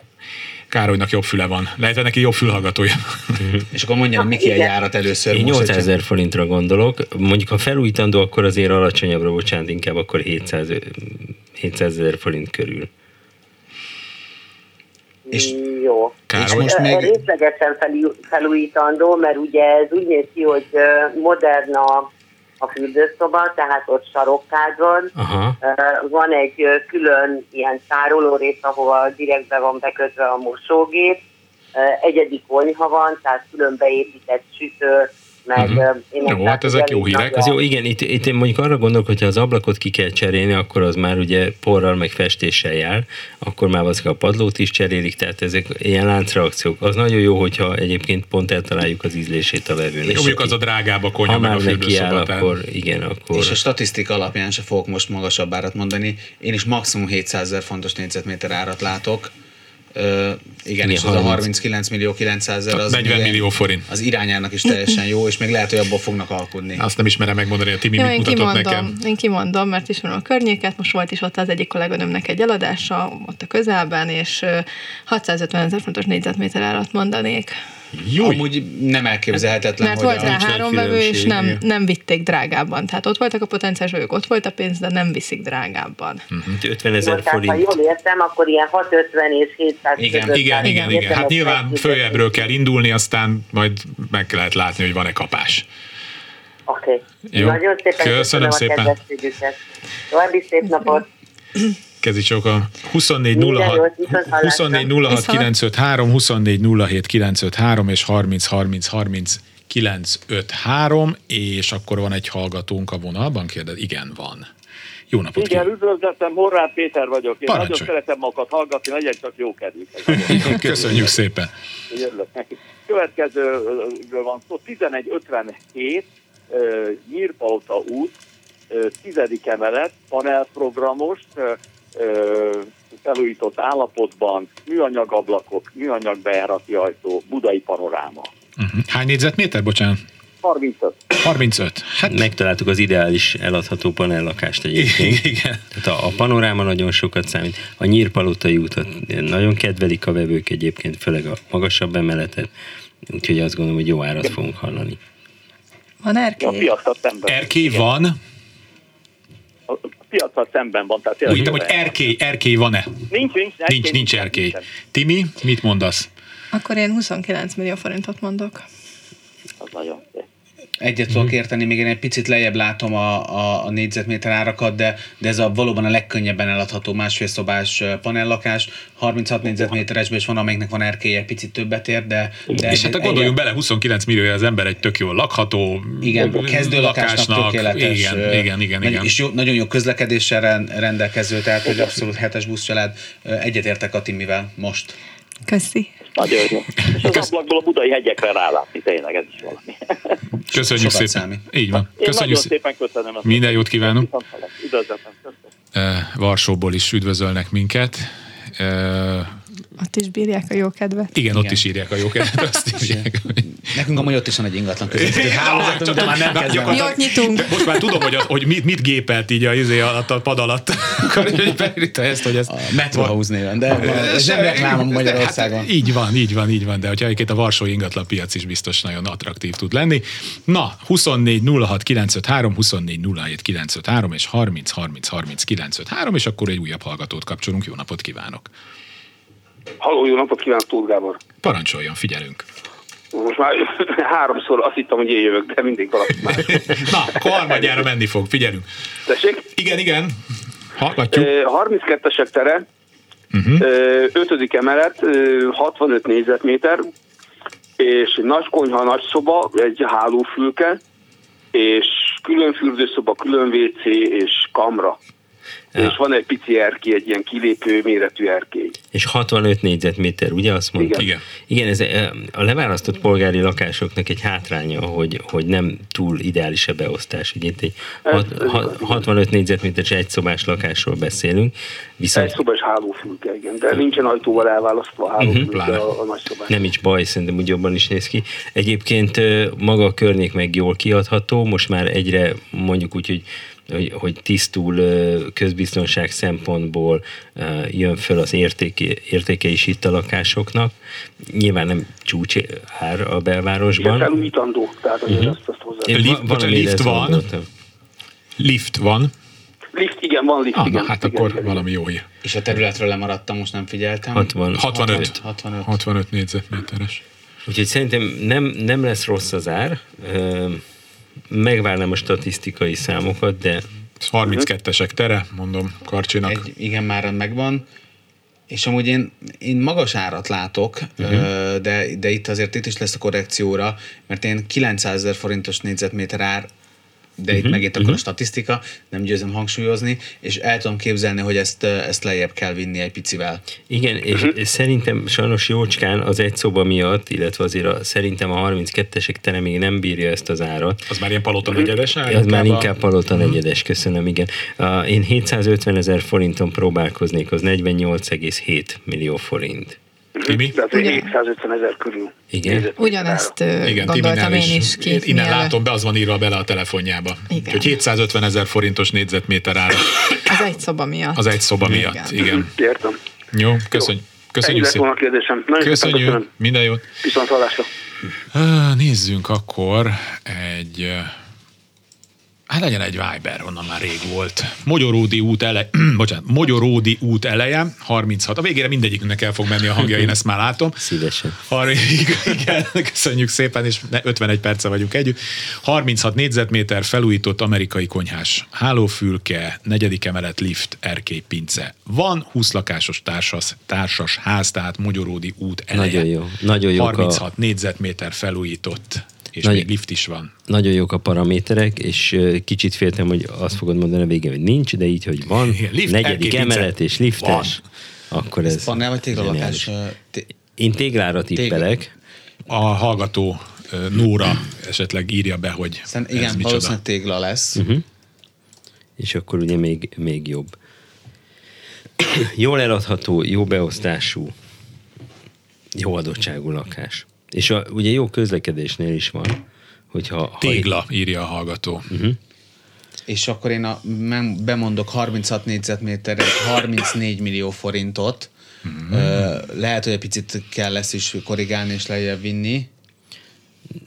[SPEAKER 2] Károlynak jobb füle van. Lehet, hogy neki jobb fülhallgatója.
[SPEAKER 5] És akkor mondjam, mi
[SPEAKER 11] Igen.
[SPEAKER 5] járat először
[SPEAKER 4] Én
[SPEAKER 5] most,
[SPEAKER 4] 800 Mhm. ezer forintra gondolok, mondjuk ha felújítandó, akkor azért alacsonyabbra, bocsánat, inkább akkor 700 700 ezer forint körül.
[SPEAKER 5] És,
[SPEAKER 11] Jó.
[SPEAKER 4] Károly? most
[SPEAKER 11] Ö,
[SPEAKER 4] még-
[SPEAKER 11] Részlegesen felú- felújítandó, mert ugye ez úgy néz ki, hogy ö, modern a, a fürdőszoba, tehát ott sarokkád van,
[SPEAKER 4] Aha.
[SPEAKER 11] Ö, Van egy ö, külön ilyen tároló rész, ahova direktbe van bekötve a mosógép. Ö, Egyedi konyha van, tehát külön beépített sütő, meg
[SPEAKER 4] Mhm.
[SPEAKER 11] uh-huh. én azt
[SPEAKER 2] hát
[SPEAKER 11] látom, elég nagy
[SPEAKER 4] Az
[SPEAKER 11] a-
[SPEAKER 4] jó, igen, itt, itt én mondjuk arra gondolok, hogy ha az ablakot ki kell cserélni, akkor az már ugye porral meg festéssel jár, akkor már az a padlót is cserélik, tehát ezek ilyen láncreakciók. Az nagyon jó, hogyha egyébként pont eltaláljuk az ízlését a vevőnek.
[SPEAKER 2] Jó, mondjuk az a drágább a konyha,
[SPEAKER 4] Ha
[SPEAKER 2] meg a
[SPEAKER 4] már neki áll,
[SPEAKER 2] fürdőszoba. tehát-
[SPEAKER 4] akkor igen, akkor...
[SPEAKER 5] és a statisztika alapján se fogok most magasabb árat mondani. Én is maximum 700 ezer fontos négyzetméter árat látok. Ö, igen,
[SPEAKER 2] Igen,
[SPEAKER 5] és az a
[SPEAKER 2] 30.
[SPEAKER 5] 39 millió 900 ezer az
[SPEAKER 2] 40
[SPEAKER 5] ugye
[SPEAKER 2] millió forint.
[SPEAKER 5] Az irányának is teljesen jó, és még lehet, hogy abból fognak alkudni.
[SPEAKER 2] Azt nem ismerem megmondani, a Timi
[SPEAKER 3] Jó, én kimondom, én kimondom, mert ismerem a környéket, most volt is ott az egyik kolléganőmnek egy eladása, ott a közelben, és ö, 650 ezer fontos négyzetméter árat mondanék.
[SPEAKER 2] Jó.
[SPEAKER 5] Amúgy nem elképzelhetetlen,
[SPEAKER 3] Mert
[SPEAKER 5] hogy
[SPEAKER 3] volt
[SPEAKER 5] a-
[SPEAKER 3] rá három vevő, és nem, nem vitték drágábban. Tehát ott voltak a potenciális vevők, ott volt a pénz, de nem viszik drágábban.
[SPEAKER 4] 50
[SPEAKER 11] Jó,
[SPEAKER 4] ezer
[SPEAKER 11] tehát, ha
[SPEAKER 4] forint.
[SPEAKER 11] jól értem, akkor ilyen 650 és 700
[SPEAKER 2] Igen,
[SPEAKER 11] között
[SPEAKER 2] igen,
[SPEAKER 11] van.
[SPEAKER 2] igen, igen.
[SPEAKER 11] Értem,
[SPEAKER 2] Hát
[SPEAKER 11] ezt
[SPEAKER 2] nyilván
[SPEAKER 11] megfizetni.
[SPEAKER 2] följebbről kell indulni, aztán majd meg lehet látni, hogy van-e kapás.
[SPEAKER 11] Oké.
[SPEAKER 2] Jó.
[SPEAKER 11] Nagyon szépen
[SPEAKER 2] Köszönöm
[SPEAKER 11] köszönöm,
[SPEAKER 2] szépen.
[SPEAKER 11] a kedvességüket. További szép napot.
[SPEAKER 2] Kezdj csak a 24
[SPEAKER 11] Minden
[SPEAKER 2] 06
[SPEAKER 11] jót, viszont hallásra.
[SPEAKER 2] 24 06 953, 24 07 953 és 30 30 30 953, és akkor van egy hallgatónk a vonalban, kérdez, igen, van. Jó napot
[SPEAKER 12] Igen, üdvözletem, Horváth Péter vagyok. Én
[SPEAKER 2] Parancsolj.
[SPEAKER 12] nagyon szeretem magat hallgatni, legyen csak jó kedvük.
[SPEAKER 2] kívánok. Köszönjük szépen.
[SPEAKER 12] Hogy örülök neki. Következőről van szó, 1157 ö, Nyírpalota út, ö, tizedik emelet, panelprogramos, ö, ö, felújított állapotban, műanyag ablakok, műanyag bejárati ajtó, budai panoráma.
[SPEAKER 2] Uh-huh. Hány négyzetméter, bocsánat?
[SPEAKER 12] 35.
[SPEAKER 2] 35. Hát...
[SPEAKER 4] Megtaláltuk az ideális eladható panellakást egyébként.
[SPEAKER 2] Igen.
[SPEAKER 4] Tehát a, a panoráma nagyon sokat számít. A nyírpalotai útat nagyon kedvelik a vevők egyébként, főleg a magasabb emeletet, úgyhogy azt gondolom, hogy jó árat fogunk hallani.
[SPEAKER 3] Van erkély?
[SPEAKER 12] A piacsal szemben.
[SPEAKER 2] Erkély van?
[SPEAKER 12] A piacsal szemben van. Tehát
[SPEAKER 2] Úgy hittem, hogy erkély, erkély van-e?
[SPEAKER 12] Nincs, nincs,
[SPEAKER 2] Nincs, nincs erkély. Timi, mit mondasz?
[SPEAKER 3] Akkor én 29 millió forintot mondok.
[SPEAKER 12] Az nagyon szép.
[SPEAKER 5] Egyet tudok
[SPEAKER 2] Mhm.
[SPEAKER 5] érteni, még én egy picit lejjebb látom a, a, a négyzetméter árakat, de, de ez a valóban a legkönnyebben eladható másfél szobás ö, panellakás, 36 négyzetméteresben is van, amelyiknek van erkélye, picit többet ér, de... de
[SPEAKER 2] De és hát gondoljunk bele, 29 millió az ember egy tök jól lakható
[SPEAKER 5] Igen, kezdő lakásnak tökéletes.
[SPEAKER 2] Igen,
[SPEAKER 5] ö,
[SPEAKER 2] igen, igen,
[SPEAKER 5] nagy-
[SPEAKER 2] igen.
[SPEAKER 5] És jó, nagyon jó közlekedéssel ren- rendelkező, tehát egy abszolút hetes buszcsalád. Ö, Egyetértek a Timivel most.
[SPEAKER 3] Köszi.
[SPEAKER 12] Nagyon jó. És az ablakból a budai hegyekre rálátni, tényleg ez is valami.
[SPEAKER 2] Köszönjük
[SPEAKER 5] sokat
[SPEAKER 2] szépen.
[SPEAKER 5] számít.
[SPEAKER 2] Így van.
[SPEAKER 12] Én
[SPEAKER 2] Köszönjük
[SPEAKER 12] nagyon
[SPEAKER 2] szépen.
[SPEAKER 12] szépen köszönöm. ezt.
[SPEAKER 2] Minden jót kívánunk.
[SPEAKER 12] Viszontlátásra. Üdvözletem.
[SPEAKER 2] Eh, Varsóból is üdvözölnek minket. Eh,
[SPEAKER 3] Ott is bírják a jó kedvet.
[SPEAKER 2] Igen, ott is írják a jókedvet, azt írják.
[SPEAKER 5] Nekünk amúgy ott is van egy ingatlan közösségi
[SPEAKER 2] Igen,
[SPEAKER 5] hálózatunk, de már nem
[SPEAKER 2] csak-
[SPEAKER 5] kezdem. el.
[SPEAKER 2] gyakorlatilag-
[SPEAKER 3] Jót nyitunk.
[SPEAKER 2] De most már tudom, hogy, az, hogy mit, mit gépelt így a, izé alatt, a pad alatt. Akkor így beírta ezt, hogy ez... A
[SPEAKER 5] Metro House néven, de ez nem
[SPEAKER 2] Semmi-
[SPEAKER 5] reklám
[SPEAKER 2] de
[SPEAKER 5] Magyarországon.
[SPEAKER 2] Hát, így van, így van, így van, de hogyha egyébként a Varsói ingatlan piac is biztos nagyon attraktív tud lenni. Na, 24 06 953, 24 07 953 és 30 30 30 953, és akkor egy újabb hallgatót kapcsolunk. Jó napot kívánok!
[SPEAKER 9] Halló, jó napot kívánok, Tóth Gábor.
[SPEAKER 2] Parancsoljon, figyelünk!
[SPEAKER 9] Most már háromszor azt hittem, hogy én jövök, de mindig valaki más.
[SPEAKER 2] Na, akkor harmadjára menni fog, figyelünk!
[SPEAKER 9] Tessék?
[SPEAKER 2] Igen, igen. Hallgatjuk. Mhm.
[SPEAKER 9] Ö, 32-esek tere, ö, ötödik emelet, ö, 65 négyzetméter, és nagy konyha, nagy szoba, egy hálófülke, és külön fürdőszoba, külön WC és kamra. És van egy pici erkély, egy ilyen kilépő méretű erkély.
[SPEAKER 4] És 65 négyzetméter, ugye azt mondta?
[SPEAKER 9] Igen.
[SPEAKER 4] Igen, ez eh, a leválasztott polgári lakásoknak egy hátránya, hogy, hogy nem túl ideális a beosztás. Ugye itt egy hat, ha, 65 négyzetméteres egyszobás lakásról beszélünk,
[SPEAKER 9] Egy
[SPEAKER 4] viszont
[SPEAKER 9] szoba és hálófülke, igen, de nincsen ajtóval elválasztva
[SPEAKER 2] Mhm,
[SPEAKER 9] a hálófülke a, a nagy szobán.
[SPEAKER 4] nem is baj, szerintem úgy jobban is néz ki. Egyébként ö, maga a környék meg jól kiadható, most már egyre mondjuk úgy, hogy hogy, hogy tisztul ö, közbiztonság szempontból ö, jön föl az értéke, értéke is itt a lakásoknak. Nyilván nem csúcs ár a
[SPEAKER 9] Igen,
[SPEAKER 4] belvárosban.
[SPEAKER 9] felújítandó, tehát azért
[SPEAKER 4] Mhm.
[SPEAKER 9] azt, azt hozzá.
[SPEAKER 4] Én
[SPEAKER 2] Lift-
[SPEAKER 4] va-
[SPEAKER 2] bocsánat,
[SPEAKER 4] valamire
[SPEAKER 2] lift
[SPEAKER 4] ezt
[SPEAKER 2] van?
[SPEAKER 4] gondoltam.
[SPEAKER 2] Lift van.
[SPEAKER 9] Lift, igen, van lift,
[SPEAKER 2] Ah,
[SPEAKER 9] igen.
[SPEAKER 2] na, hát
[SPEAKER 9] igen,
[SPEAKER 2] akkor
[SPEAKER 9] igen.
[SPEAKER 2] valami jó hír.
[SPEAKER 5] És a területről lemaradtam, most nem figyeltem.
[SPEAKER 4] 60.
[SPEAKER 2] 65.
[SPEAKER 5] 65.
[SPEAKER 2] 65 négyzetméteres.
[SPEAKER 4] Úgyhogy szerintem nem, nem lesz rossz az ár. Ö, Megvárnám a statisztikai számokat, de
[SPEAKER 2] 32-esek tere, mondom Karcsinak.
[SPEAKER 5] Egy, igen, már megvan. És amúgy én, én magas árat látok,
[SPEAKER 2] Mhm.
[SPEAKER 5] uh-huh. de, de itt azért itt is lesz a korrekcióra, mert én 900 ezer forintos négyzetméter ár, de
[SPEAKER 2] Mhm,
[SPEAKER 5] itt megint akkor a statisztika, nem győzem hangsúlyozni, és el tudom képzelni, hogy ezt, ö, ezt lejjebb kell vinni egy picivel.
[SPEAKER 4] Igen, és és szerintem sajnos jócskán az egy szoba miatt, illetve azért a, szerintem a 32-esek tere még nem bírja ezt az árat.
[SPEAKER 2] Az már ilyen palota negyedes ár?
[SPEAKER 4] Ez már
[SPEAKER 2] a-
[SPEAKER 4] inkább palota negyedes, köszönöm, igen. Uh, Én 750 ezer forinton próbálkoznék, az 48,7 millió forint.
[SPEAKER 2] Timi?
[SPEAKER 9] Tehát 750 ezer körül.
[SPEAKER 4] Igen.
[SPEAKER 3] Ugyanezt ö,
[SPEAKER 2] Igen,
[SPEAKER 3] gondoltam
[SPEAKER 2] Timinál
[SPEAKER 3] én
[SPEAKER 2] is.
[SPEAKER 3] is
[SPEAKER 2] Innen
[SPEAKER 3] két mielőtt.
[SPEAKER 2] látom, be az van írva bele a telefonjába.
[SPEAKER 3] Igen.
[SPEAKER 2] Úgyhogy 750 ezer forintos négyzetméter ára
[SPEAKER 3] Az egy szoba miatt.
[SPEAKER 2] az egy szoba miatt. Igen.
[SPEAKER 9] Értem.
[SPEAKER 2] Jó, köszönjük.
[SPEAKER 9] Ennyi
[SPEAKER 2] Köszönjük
[SPEAKER 9] lett volna a
[SPEAKER 2] szépen.
[SPEAKER 9] kérdésem. Nagyon szépen
[SPEAKER 2] Köszönjük,
[SPEAKER 9] köszönöm.
[SPEAKER 2] minden jót.
[SPEAKER 9] Viszont hallásra.
[SPEAKER 2] Ah, Nézzünk akkor egy... eh, Hát legyen egy Viber, onnan már rég volt. Magyaródi út ele, bocsánat, Magyaródi út eleje, 36. A végére mindegyikünknek el fog menni a hangja, én ezt már látom.
[SPEAKER 4] Szívesen.
[SPEAKER 2] 30, igen, köszönjük szépen, és ne- 51 perce vagyunk együtt. 36 négyzetméter felújított amerikai konyhás hálófülke, negyedik emelet lift, erkélypince. Van 20 lakásos társas, társas ház, tehát Magyaródi út eleje.
[SPEAKER 4] Nagyon jó, nagyon jók a-
[SPEAKER 2] 36 négyzetméter felújított, és
[SPEAKER 4] Nagy-
[SPEAKER 2] még lift is van.
[SPEAKER 4] Nagyon jók a paraméterek, és ö, kicsit féltem, hogy azt fogod mondani a végén, hogy nincs, de így, hogy van.
[SPEAKER 2] Igen, lift,
[SPEAKER 4] negyedik
[SPEAKER 2] erkély,
[SPEAKER 4] emelet
[SPEAKER 2] pincet.
[SPEAKER 4] és liftes. Akkor ez...
[SPEAKER 5] Panel vagy téglalakás?
[SPEAKER 4] zseniális.
[SPEAKER 5] ö, té-
[SPEAKER 4] Én téglára tippelek.
[SPEAKER 2] A hallgató ö, Nóra esetleg írja be, hogy
[SPEAKER 5] Aztán
[SPEAKER 2] ez
[SPEAKER 5] igen,
[SPEAKER 2] micsoda.
[SPEAKER 5] valószínűleg tégla lesz.
[SPEAKER 4] Mhm. és akkor ugye még, még jobb. Jól eladható, jó beosztású, jó adottságú lakás. És a, ugye jó közlekedésnél is van, hogyha... ha- Mhm.
[SPEAKER 2] Tégla írja a hallgató.
[SPEAKER 5] És akkor én a, men- bemondok 36 négyzetméterre 34 millió forintot. Ö, Lehet, hogy egy picit kell lesz is korrigálni és lejjebb vinni.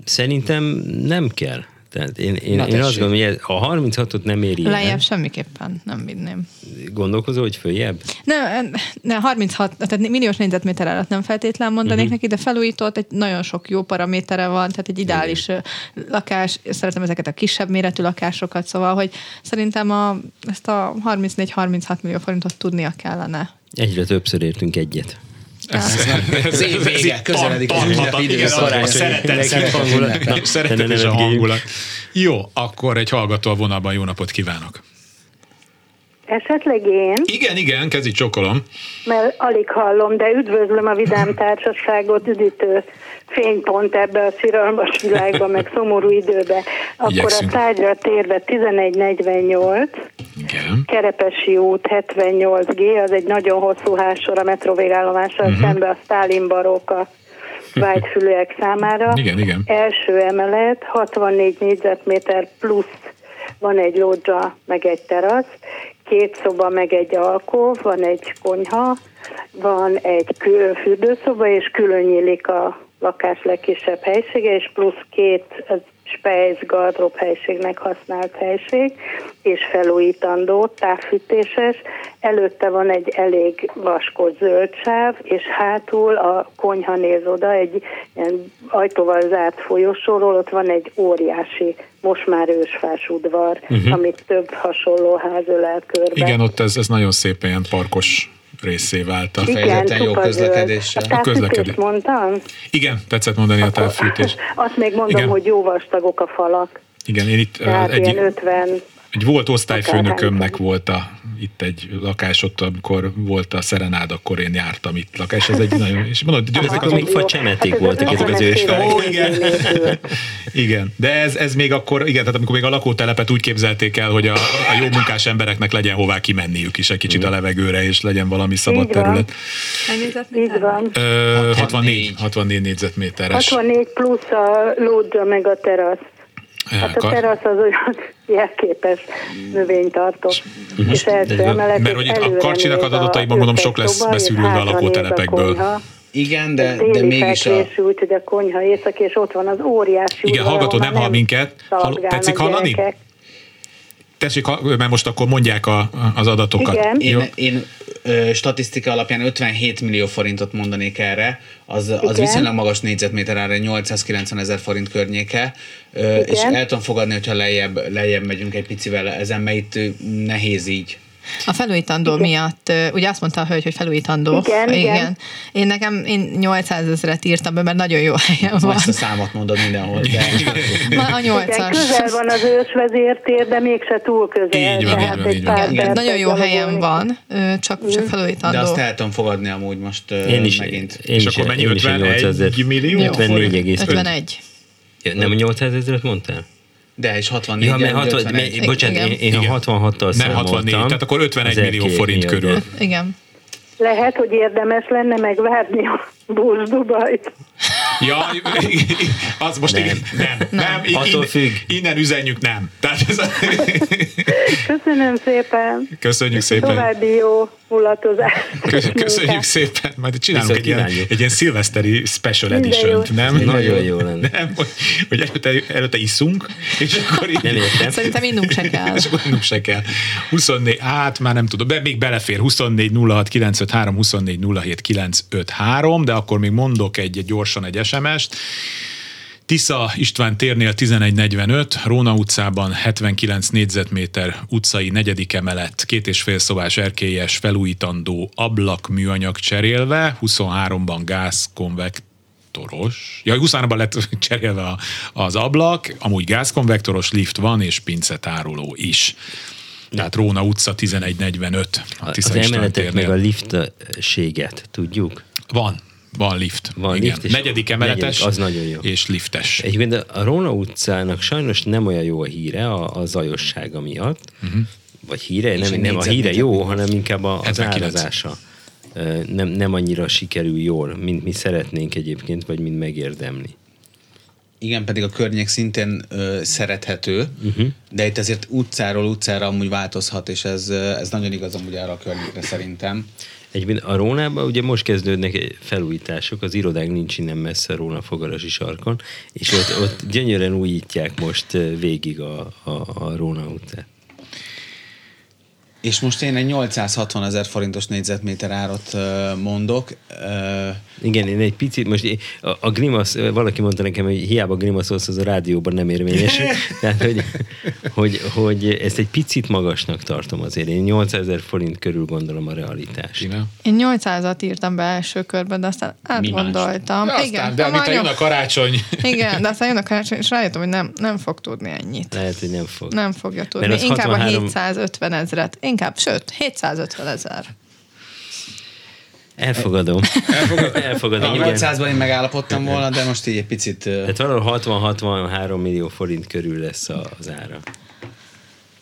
[SPEAKER 4] Szerintem nem kell. Tehát én, én,
[SPEAKER 5] Na
[SPEAKER 4] én azt
[SPEAKER 5] tessék.
[SPEAKER 4] gondolom, hogy ez- a 36-ot nem éri
[SPEAKER 3] Lejjebb
[SPEAKER 4] el.
[SPEAKER 3] semmiképpen nem vinném.
[SPEAKER 4] Gondolkozol, hogy följebb?
[SPEAKER 3] Nem, nem, 36, tehát milliós négyzetméter alatt nem feltétlen mondanék
[SPEAKER 5] Mhm.
[SPEAKER 3] uh-huh. neki, de felújított, egy nagyon sok jó paramétere van, tehát egy ideális uh lakás, szeretem ezeket a kisebb méretű lakásokat, szóval, hogy szerintem a, ezt a 34-36 millió forintot tudnia kellene.
[SPEAKER 4] Egyre többször értünk egyet.
[SPEAKER 5] Az év vége,
[SPEAKER 2] itt
[SPEAKER 5] közeledik az
[SPEAKER 2] tart-
[SPEAKER 5] ünnepi
[SPEAKER 2] tarthat- igen,
[SPEAKER 5] időszak.
[SPEAKER 2] a- a Szeretet, szent hangulat. Na, Szeretet és a hangulat. Jó, akkor egy hallgató a vonalban, jó napot kívánok.
[SPEAKER 6] Esetleg én,
[SPEAKER 2] Igen, igen, kezdj csokolom.
[SPEAKER 6] mert alig hallom, de üdvözlöm a Vidám Társaságot, üdítő fénypont ebbe a sziralmas világba, meg szomorú időbe. Akkor
[SPEAKER 2] Igyekszünk.
[SPEAKER 6] a tárgyra térve 1148,
[SPEAKER 2] Igen.
[SPEAKER 6] Kerepesi út 78G, az egy nagyon hosszú házsor a metróvégállomással
[SPEAKER 2] Mhm.
[SPEAKER 6] uh-huh. szembe a Stálin baróka vágyfülőek számára.
[SPEAKER 2] Igen, igen.
[SPEAKER 6] Első emelet, 64 négyzetméter plusz van egy lódzsa, meg egy terasz, két szoba, meg egy alkó, van egy konyha, van egy külön fürdőszoba, és külön nyílik a lakás legkisebb helysége, és plusz két ö, spejz gardrób helységnek használt helység, és felújítandó, távfűtéses. Előtte van egy elég vaskos zöldsáv, és hátul a konyha néz oda, egy ilyen ajtóval zárt folyosóról, ott van egy óriási, most már ősfás udvar,
[SPEAKER 2] Mhm.
[SPEAKER 6] uh-huh. amit több hasonló ház ölel körbe.
[SPEAKER 2] Igen, ott ez, ez nagyon szép ilyen parkos részé vált.
[SPEAKER 6] szuper zöld. A
[SPEAKER 2] A
[SPEAKER 6] közlekedés.
[SPEAKER 2] közlekedés.
[SPEAKER 6] mondtam?
[SPEAKER 2] Igen, tetszett mondani a távfűtés.
[SPEAKER 6] Azt még mondom,
[SPEAKER 2] Igen.
[SPEAKER 6] Igen. hogy jó vastagok a falak.
[SPEAKER 2] Igen, én itt
[SPEAKER 6] Tehát
[SPEAKER 2] az
[SPEAKER 6] egy,
[SPEAKER 2] egy,
[SPEAKER 6] ilyen 50
[SPEAKER 2] egy volt osztályfőnökömnek volt a, itt egy lakás ott, amikor volt a szerenád, akkor én jártam itt lakás. Ez egy nagyon, és mondod, György, ezek
[SPEAKER 4] Akkor még
[SPEAKER 6] Hát
[SPEAKER 4] facsemeték voltak ezek az ősfelek.
[SPEAKER 2] Ó, igen. igen. De ez, ez még akkor, igen, tehát amikor még a lakótelepet úgy képzelték el, hogy a, a jó munkás embereknek legyen hová kimenniük is egy kicsit a levegőre, és legyen valami szabad
[SPEAKER 6] Így van.
[SPEAKER 2] terület.
[SPEAKER 6] Így van.
[SPEAKER 2] Ö, 64, 64 négyzetméteres.
[SPEAKER 6] 64 plusz a lódzsa meg a terasz. Hát a
[SPEAKER 2] Kar-
[SPEAKER 6] terasz az olyan jelképes növénytartó. És első emelet,
[SPEAKER 2] Mhm. mert hogy itt a
[SPEAKER 6] előre
[SPEAKER 2] karcsinak
[SPEAKER 6] néz
[SPEAKER 2] az adataiban mondom sok lesz
[SPEAKER 6] szoba, és
[SPEAKER 2] beszűrődve a
[SPEAKER 6] hátra néz
[SPEAKER 2] lakótelepekből.
[SPEAKER 6] konyha.
[SPEAKER 5] Igen, de,
[SPEAKER 6] Déli
[SPEAKER 5] de mégis a...
[SPEAKER 6] fekvés, úgyhogy a konyha északi, és ott van az óriási
[SPEAKER 2] Igen,
[SPEAKER 6] udvar,
[SPEAKER 2] hallgató
[SPEAKER 6] ahol
[SPEAKER 2] nem hall
[SPEAKER 6] már
[SPEAKER 2] minket. Hall,
[SPEAKER 6] szaladgálnak
[SPEAKER 2] tetszik hallani?
[SPEAKER 6] gyerekek.
[SPEAKER 2] Tessék, ha- mert most akkor mondják a, az adatokat. Jó?
[SPEAKER 5] Én, én ö, statisztika alapján 57 millió forintot mondanék erre, az, az
[SPEAKER 6] Igen.
[SPEAKER 5] viszonylag magas négyzetméter ára, 890 ezer forint környéke, ö,
[SPEAKER 6] Igen.
[SPEAKER 5] és el tudom fogadni, hogyha lejjebb, lejjebb megyünk egy picivel ezen, mert itt ö, nehéz így.
[SPEAKER 3] A felújítandó igen. miatt, ö, ugye azt mondta a hölgy, hogy felújítandó.
[SPEAKER 6] Igen, igen.
[SPEAKER 3] Én nekem, én 800 ezeret írtam be, mert nagyon jó helyen van.
[SPEAKER 5] Ezt a számot mondod mindenhol. De...
[SPEAKER 3] Már a
[SPEAKER 6] Igen,
[SPEAKER 3] 8-as.
[SPEAKER 6] közel van az ősvezértér, de mégse túl közel.
[SPEAKER 5] Így van,
[SPEAKER 6] tehát
[SPEAKER 5] így van,
[SPEAKER 6] egy
[SPEAKER 5] így van.
[SPEAKER 6] pár
[SPEAKER 3] Igen,
[SPEAKER 6] percet
[SPEAKER 3] nagyon jó
[SPEAKER 6] gyalogolni.
[SPEAKER 3] helyen van, ö, csak, csak
[SPEAKER 5] De
[SPEAKER 3] felújítandó.
[SPEAKER 5] azt el tudom fogadni amúgy most ö,
[SPEAKER 4] Én is,
[SPEAKER 5] megint.
[SPEAKER 4] én is,
[SPEAKER 2] akkor mennyi?
[SPEAKER 4] én is egy
[SPEAKER 2] 51
[SPEAKER 4] 800 ezer-
[SPEAKER 2] millió?
[SPEAKER 4] 54,5.
[SPEAKER 3] 51.
[SPEAKER 4] Ja, Nem 800 ezeret mondtál?
[SPEAKER 5] De, és 64
[SPEAKER 4] Ja, mert 60, mert, bocsánat, én, én a 66-tal
[SPEAKER 2] Nem 64,
[SPEAKER 4] számoltam,
[SPEAKER 2] tehát akkor 51
[SPEAKER 4] az
[SPEAKER 2] millió
[SPEAKER 4] elkér
[SPEAKER 2] forint
[SPEAKER 4] miatt.
[SPEAKER 2] körül.
[SPEAKER 3] Igen.
[SPEAKER 6] Lehet, hogy érdemes lenne megvárni a Bulls Dubajt.
[SPEAKER 2] Ja, az most nem. igen. Nem, nem. nem. In,
[SPEAKER 4] Attól függ.
[SPEAKER 2] Innen üzenjük nem. Tehát ez a...
[SPEAKER 6] Köszönöm szépen.
[SPEAKER 2] Köszönjük szépen.
[SPEAKER 6] További jó mulatozást.
[SPEAKER 2] Köszönjük Köszönjük szépen. Majd csinálunk
[SPEAKER 4] Viszont
[SPEAKER 2] egy ilyen,
[SPEAKER 4] kívánjuk.
[SPEAKER 2] egy ilyen szilveszteri special
[SPEAKER 6] Minden
[SPEAKER 2] edition
[SPEAKER 6] jót.
[SPEAKER 2] nem?
[SPEAKER 4] Nagyon jó lenne.
[SPEAKER 2] Nem, hogy, hogy előtte, előtte iszunk, és akkor így...
[SPEAKER 4] Nem értem.
[SPEAKER 3] Szerintem innunk se kell.
[SPEAKER 2] És akkor nem se kell. 24, hát már nem tudom, de még belefér. 24 06 953, 24 07 953, de akkor még mondok egy, egy gyorsan egy SMS-t. Tisza István térnél 1145, Róna utcában 79 négyzetméter utcai negyedik emelet, két és fél szobás erkélyes felújítandó ablak műanyag cserélve, 23-ban gázkonvektoros, ja, 23-ban lett cserélve a- az ablak, amúgy gázkonvektoros lift van, és pincetároló is. Tehát Róna utca 1145, a
[SPEAKER 4] Az
[SPEAKER 2] Tisza István
[SPEAKER 4] emeletek meg a
[SPEAKER 2] térnél.
[SPEAKER 4] liftséget, tudjuk?
[SPEAKER 2] Van, van lift.
[SPEAKER 4] Van
[SPEAKER 2] Igen.
[SPEAKER 4] lift is.
[SPEAKER 2] negyedik emeletes,
[SPEAKER 4] Negyedik, az nagyon jó.
[SPEAKER 2] és liftes.
[SPEAKER 4] Egyébként a Róna utcának sajnos nem olyan jó a híre a, a zajossága miatt,
[SPEAKER 2] Mhm.
[SPEAKER 4] uh-huh. vagy híre,
[SPEAKER 5] a
[SPEAKER 4] nem, nem a
[SPEAKER 5] négyzet
[SPEAKER 4] híre
[SPEAKER 5] méter
[SPEAKER 4] jó, hanem inkább a, az
[SPEAKER 2] 79.
[SPEAKER 4] árazása. Ö, Nem, nem annyira sikerül jól, mint mi szeretnénk egyébként, vagy mint megérdemli.
[SPEAKER 5] Igen, pedig a környék szintén ö, szerethető, uh-huh. de itt azért utcáról utcára amúgy változhat, és ez, ö, ez nagyon igaz amúgy erre a környékre szerintem.
[SPEAKER 4] Egyébként a Rónában ugye most kezdődnek felújítások, az irodánk nincs innen messze a Róna fogarasi sarkon, és ott, ott gyönyörűen újítják most ö, végig a, a, a Róna utcát.
[SPEAKER 5] És most én egy 860 ezer forintos négyzetméter árat ö, mondok. Ö,
[SPEAKER 4] Igen, én egy picit, most én- a, a grimasz, valaki mondta nekem, hogy hiába grimaszolsz, az a rádióban nem érvényes. Tehát, hogy, hogy, hogy ezt egy picit magasnak tartom azért. Én 800 ezer forint körül gondolom a realitást.
[SPEAKER 2] Tina?
[SPEAKER 3] Én 800-at írtam be első körben, de aztán átgondoltam.
[SPEAKER 2] De aztán,
[SPEAKER 3] Igen,
[SPEAKER 2] de amit
[SPEAKER 3] nagyon-
[SPEAKER 2] jön a karácsony.
[SPEAKER 3] Igen, de aztán jön a karácsony, és rájöttem, hogy nem, nem fog tudni ennyit.
[SPEAKER 4] Lehet, hogy nem fog.
[SPEAKER 3] Nem fogja tudni.
[SPEAKER 4] Mert az
[SPEAKER 3] Inkább
[SPEAKER 4] 63
[SPEAKER 3] a 750 ezret. inkább, sőt, 750 ezer.
[SPEAKER 4] Elfogadom.
[SPEAKER 5] Elfogadom.
[SPEAKER 4] Elfogadom,
[SPEAKER 5] A
[SPEAKER 4] igen.
[SPEAKER 5] 800-ban én megállapodtam volna, de most így egy picit... ö,
[SPEAKER 4] Tehát valahol 60-63 millió forint körül lesz a- az ára.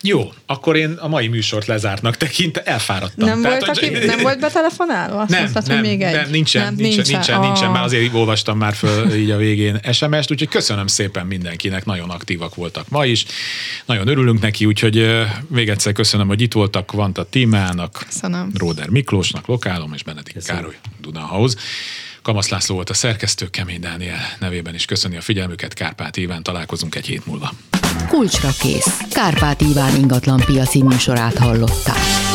[SPEAKER 2] Jó, akkor én a mai műsort lezártnak tekint, elfáradtam.
[SPEAKER 3] Nem, volt, aki, nem volt betelefonálva? Azt
[SPEAKER 2] nem,
[SPEAKER 3] mondtad,
[SPEAKER 2] nem,
[SPEAKER 3] hogy még egy.
[SPEAKER 2] nem, nincsen, nem, nincsen, nincsen, nincsen,
[SPEAKER 3] Ah.
[SPEAKER 2] már azért olvastam már föl így a végén SMS-t, úgyhogy köszönöm szépen mindenkinek, nagyon aktívak voltak ma is, nagyon örülünk neki, úgyhogy ö, még egyszer köszönöm, hogy itt voltak Kvanta Tímának,
[SPEAKER 3] Köszönöm.
[SPEAKER 2] Róder Miklósnak, Lokálom és Benedik Károly Dunahaus. Kamasz László volt a szerkesztő, Kemény Dániel nevében is köszöni a figyelmüket, Kárpát Iván, találkozunk egy hét múlva.
[SPEAKER 1] Kulcsra kész. Kárpát Iván ingatlan piaci műsorát hallották.